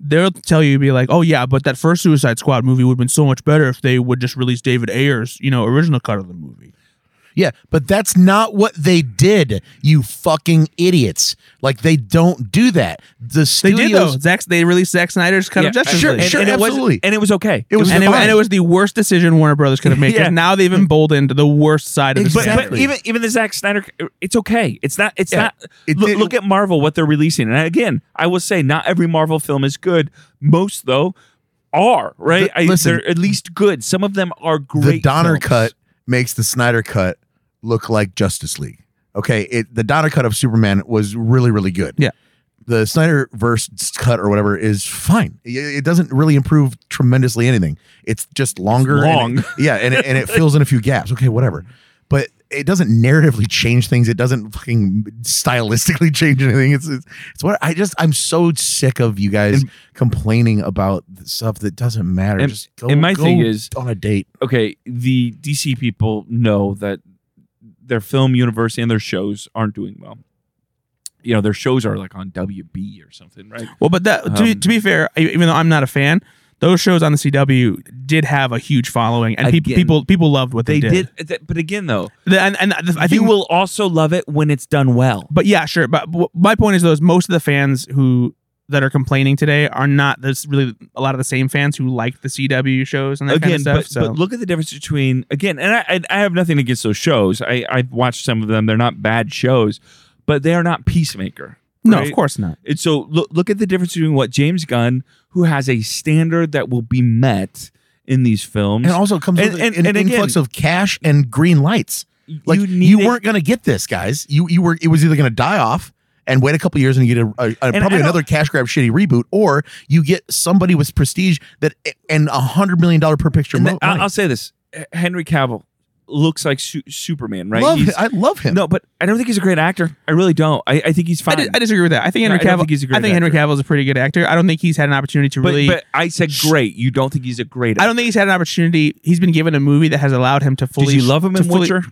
They'll tell you be like, "Oh yeah, but that first Suicide Squad movie would have been so much better if they would just release David Ayer's, you know, original cut of the movie." Yeah, but that's not what they did. You fucking idiots! Like they don't do that. The They studios. did though. Zack, they released Zack Snyder's cut Yeah, of Justice Sure, League. sure, and it was- absolutely. and it was okay. It was and, it, fine. and it was the worst decision Warner Brothers could have made because Yeah. now they've emboldened the worst side of the But, but Exactly. even even the Zack Snyder, it's okay. It's not. It's Yeah. not. It look, did- look at Marvel, what they're releasing, and again, I will say, not every Marvel film is good. Most though are right. Th- listen. I, they're at least good. Some of them are great. the Donner films. cut makes the Snyder cut look like Justice League. Okay, it, the Donner cut of Superman was really really good. Yeah. the Snyder verse cut or whatever is fine. It, it doesn't really improve tremendously anything. It's just longer. and long. it- yeah, and it, and it fills in a few gaps. Okay, whatever. But it doesn't narratively change things. It doesn't fucking stylistically change anything. It's it's, it's what I just I'm so sick of you guys complaining about stuff that doesn't matter. And- just go, and my go thing is- on a date. Okay, the DC people know that their film universe and their shows aren't doing well. You know, their shows are like on WB or something, right? Well, but that to, be Um, to be fair, e- even though I'm not a fan, those shows on the CW did have a huge following, and people Again, people people loved what they, They did. did, that- but again, though, The- and and the- I think you will also love it when it's done well. But yeah, sure. But w- my point is, those most of the fans who that are complaining today are not this really a lot of the same fans who like the CW shows and that again, kind of but, stuff. so but look at the difference between again, and I, I I have nothing against those shows. I I've watched some of them; they're not bad shows, but they are not peacemaker. no, right? of course not. And so look look at the difference between what James Gunn, who has a standard that will be met in these films, and also comes And- with and- an and again- influx of cash and green lights. Like you, need weren't going to get this, guys. You you were it was either going to die off and wait a couple years and you get a, a- a- And I probably don't- another cash grab shitty reboot, or you get somebody with prestige that and a hundred million dollar per picture. and Mo- then I- money. I'll say this: H- Henry Cavill looks like su- Superman, right? love, He's- I love him. no, but I don't think he's a great actor. I really don't. I, I think he's I, fine. di- I disagree with that. I think No, Henry I don't Cavill. think he's a great I think Henry Cavill is a pretty good actor. I don't think he's had an opportunity to but, really. but I said great. You don't think he's a great? I don't think he's had an opportunity. He's been given a movie that has allowed him to fully. Did you love him to in fully- Witcher?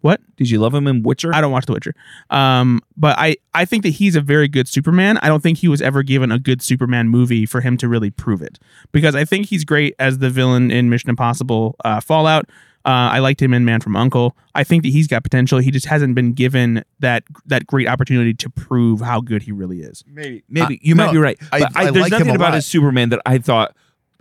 What? Did you love him in Witcher? I don't watch The Witcher. Um, but I, I think that he's a very good Superman. I don't think he was ever given a good Superman movie for him to really prove it because I think he's great as the villain in Mission Impossible uh, Fallout. Uh, I liked him in Man from Uncle. I think that he's got potential. He just hasn't been given that that great opportunity to prove how good he really is. Maybe, maybe Uh, you no, might be right. I- But I, I there's like him nothing a about lot. his Superman that I thought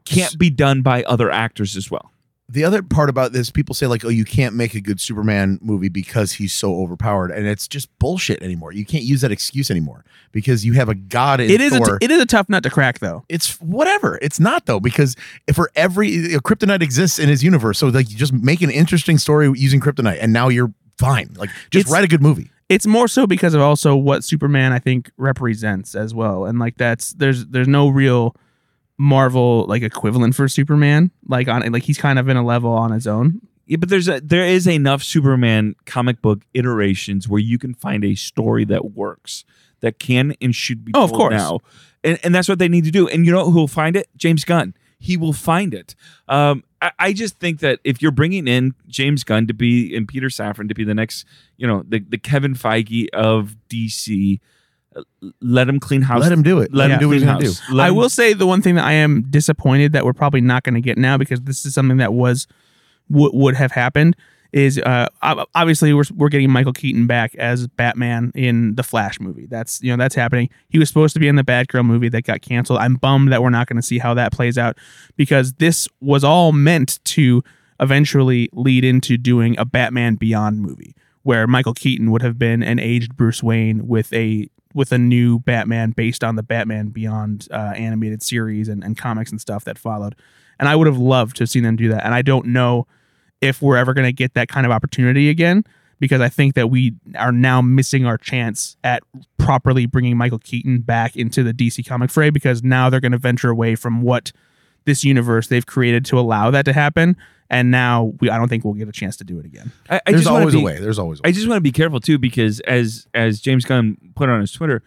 can't be done by other actors as well. the other part about this, people say like, "Oh, you can't make a good Superman movie because he's so overpowered," and it's just bullshit anymore. You can't use that excuse anymore because you have a god in It is a t- Thor. it is a tough nut to crack though. it's whatever. It's not though because if for every you know, kryptonite exists in his universe, so like you just make an interesting story using kryptonite, and now you're fine. Like just It's- write a good movie. it's more so because of also what Superman I think represents as well, and like that's there's there's no real Marvel like equivalent for Superman like on like he's kind of in a level on his own. Yeah, but there's a, there is enough Superman comic book iterations where you can find a story that works, that can and should be. Oh, of told course. Now, and, and that's what they need to do. And you know who'll find it? James Gunn. He will find it. Um, I, I just think that if you're bringing in James Gunn to be and Peter Safran to be the next, you know, the the Kevin Feige of DC, uh, let him clean house. Let him do it. Let him do what clean he's gonna do. house. Let I him- will say the one thing that I am disappointed that we're probably not going to get now because this is something that was would would have happened is uh ob- obviously we're we're getting Michael Keaton back as Batman in the Flash movie. That's you know that's happening. He was supposed to be in the Batgirl movie that got canceled. I'm bummed that we're not going to see how that plays out because this was all meant to eventually lead into doing a Batman Beyond movie where Michael Keaton would have been an aged Bruce Wayne with a with a new Batman based on the Batman Beyond uh, animated series and, and comics and stuff that followed. And I would have loved to have seen them do that. And I don't know if we're ever going to get that kind of opportunity again because I think that we are now missing our chance at properly bringing Michael Keaton back into the DC comic fray because now they're going to venture away from what this universe they've created to allow that to happen. And now we, I don't think we'll get a chance to do it again. I, I There's just wanna always a be- way. There's always a way. I just want to be careful too, because as as James Gunn put on his Twitter,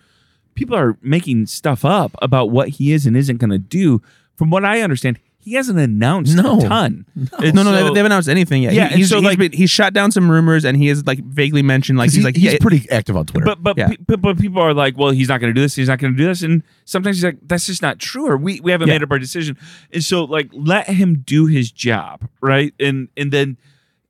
people are making stuff up about what he is and isn't going to do. From what I understand, he hasn't announced No. a ton. And No, no, they so- haven't- they haven't announced anything yet. Yeah, He- and he's, so, he's like- been- he's shot down some rumors, and he is like vaguely mentioned, like he's He- like, he's yeah, pretty active on Twitter. But but, Yeah. pe- but but people are like, well, he's not going to do this. He's not going to do this. And sometimes he's like, that's just not true. Or we we haven't Yeah. made up our decision. And so like, let him do his job, right? And and then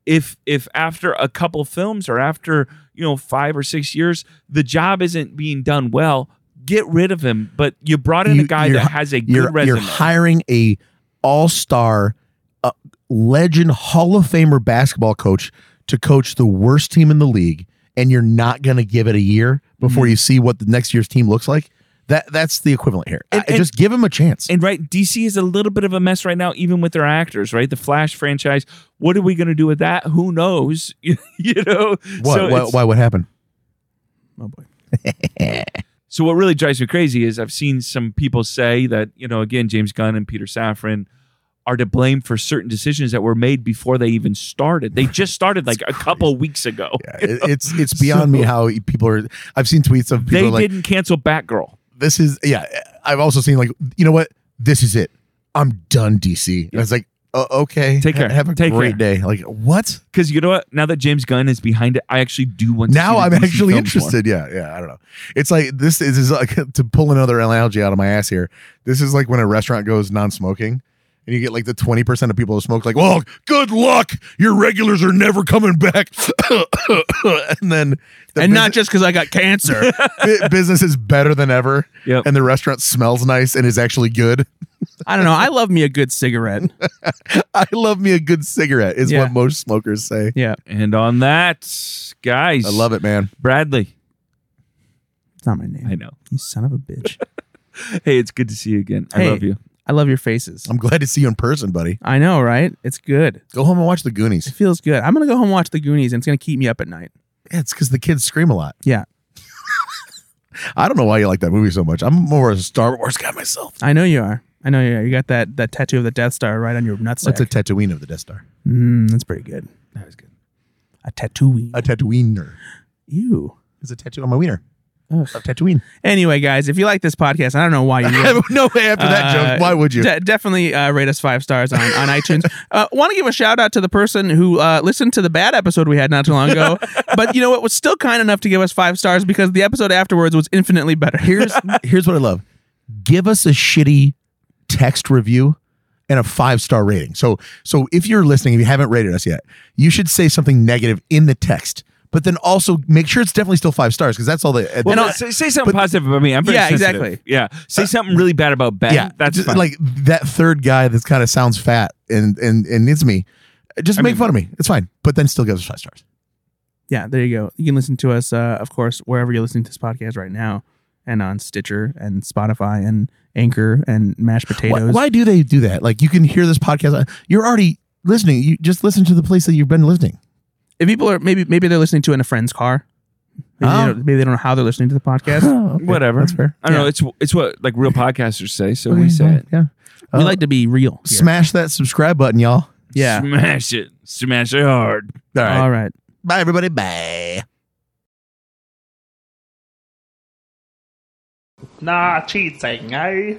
if if after a couple films or after you know five or six years, the job isn't being done well, get rid of him. But you brought in You- a guy you're- that has a good you're, you're resume. hiring a all-star uh, legend hall of famer basketball coach to coach the worst team in the league and you're not going to give it a year before Mm-hmm. you see what the next year's team looks like that that's the equivalent here And- I- and- just give him a chance and right, DC is a little bit of a mess right now, even with their actors, right? The Flash franchise. What are we going to do with that? Who knows? you know? what, So what it's- why would happen oh boy. So what really drives me crazy is I've seen some people say that, you know, again, James Gunn and Peter Safran are to blame for certain decisions that were made before they even started. They just started like a couple weeks ago. yeah, it- it's it's beyond me how e, people are i've seen tweets of people They are like didn't cancel Batgirl. this is yeah i've also seen like you know what this is it i'm done dc and it's like uh, okay Take Ha- care. have a Take great day like what Because you know what? Now that James Gunn is behind it, I actually do want to see now the I'm DC films actually more. interested. Yeah, yeah. I don't know. It's like this is, is like to pull another analogy out of my ass here. This is like when a restaurant goes non-smoking, and you get like the twenty percent of people who smoke. Like, well, good luck. Your regulars are never coming back. and then the and not just because I got cancer. busi- bu- business is better than ever, Yep. and the restaurant smells nice and is actually good. I don't know. I love me a good cigarette. I love me a good cigarette. Is Yeah. what most smokers say. Yeah, And on that, guys, I love it, man. Bradley. it's not my name. I know. You son of a bitch. Hey, it's good to see you again. I Hey. love you. I love your faces. I'm glad to see you in person, buddy. I know, right? It's good. Go home and watch the It Goonies. feels good. I'm gonna go home and watch the Goonies, and it's gonna keep me up at night. Yeah, it's because the kids scream a lot. Yeah. I don't know why you like that movie so much. I'm more of a Star Wars guy myself. I know you are. I know you are. You got that that tattoo of the Death Star right on your nutsack. That's a Tatooine of the Death Star. mm, that's pretty good. That was good. A tattooing. A Tatooiner. you. It's a tattoo on my wiener. Ugh. Of Tatooine. Anyway, guys, if you like this podcast, I don't know why you. would. no way after that Uh, joke. Why would you? De- definitely uh, rate us five stars on, on iTunes. Uh, Want to give a shout out to the person who uh, listened to the bad episode we had not too long ago, but you know what was still kind enough to give us five stars because the episode afterwards was infinitely better. here's here's what I love. Give us a shitty text review and a five star rating. So so if you're listening, if you haven't rated us yet, you should say something negative in the text. But then also make sure it's definitely still five stars because that's all uh, they. Well, no, say, say something positive about me. I'm very Yeah, sensitive. exactly. Uh, Yeah, say something really bad about Ben. yeah, that's just fine. like that third guy that kind of sounds fat and and and it's me. uh, Just I make mean- fun of me. It's fine. But then still give us five stars. Yeah, there you go. You can listen to us, uh, of course, wherever you're listening to this podcast right now, and on Stitcher and Spotify and Anchor and Mashed Why, Potatoes. why do they do that? Like you can hear this podcast. uh, You're already listening. You just listen to the place that you've been listening. If people are maybe maybe they're listening to it in a friend's car. Maybe, Oh. they don't, maybe they don't know how they're listening to the podcast. Whatever. That's fair. I don't know. Yeah. Mm-hmm. It's it's what like real podcasters say, so Okay, we say fine. it. Yeah. we Uh, like to be real. here. smash that subscribe button, y'all. Yeah. Smash it. Smash it hard. All right. All right. Bye, everybody. Bye. Nah, cheating, eh?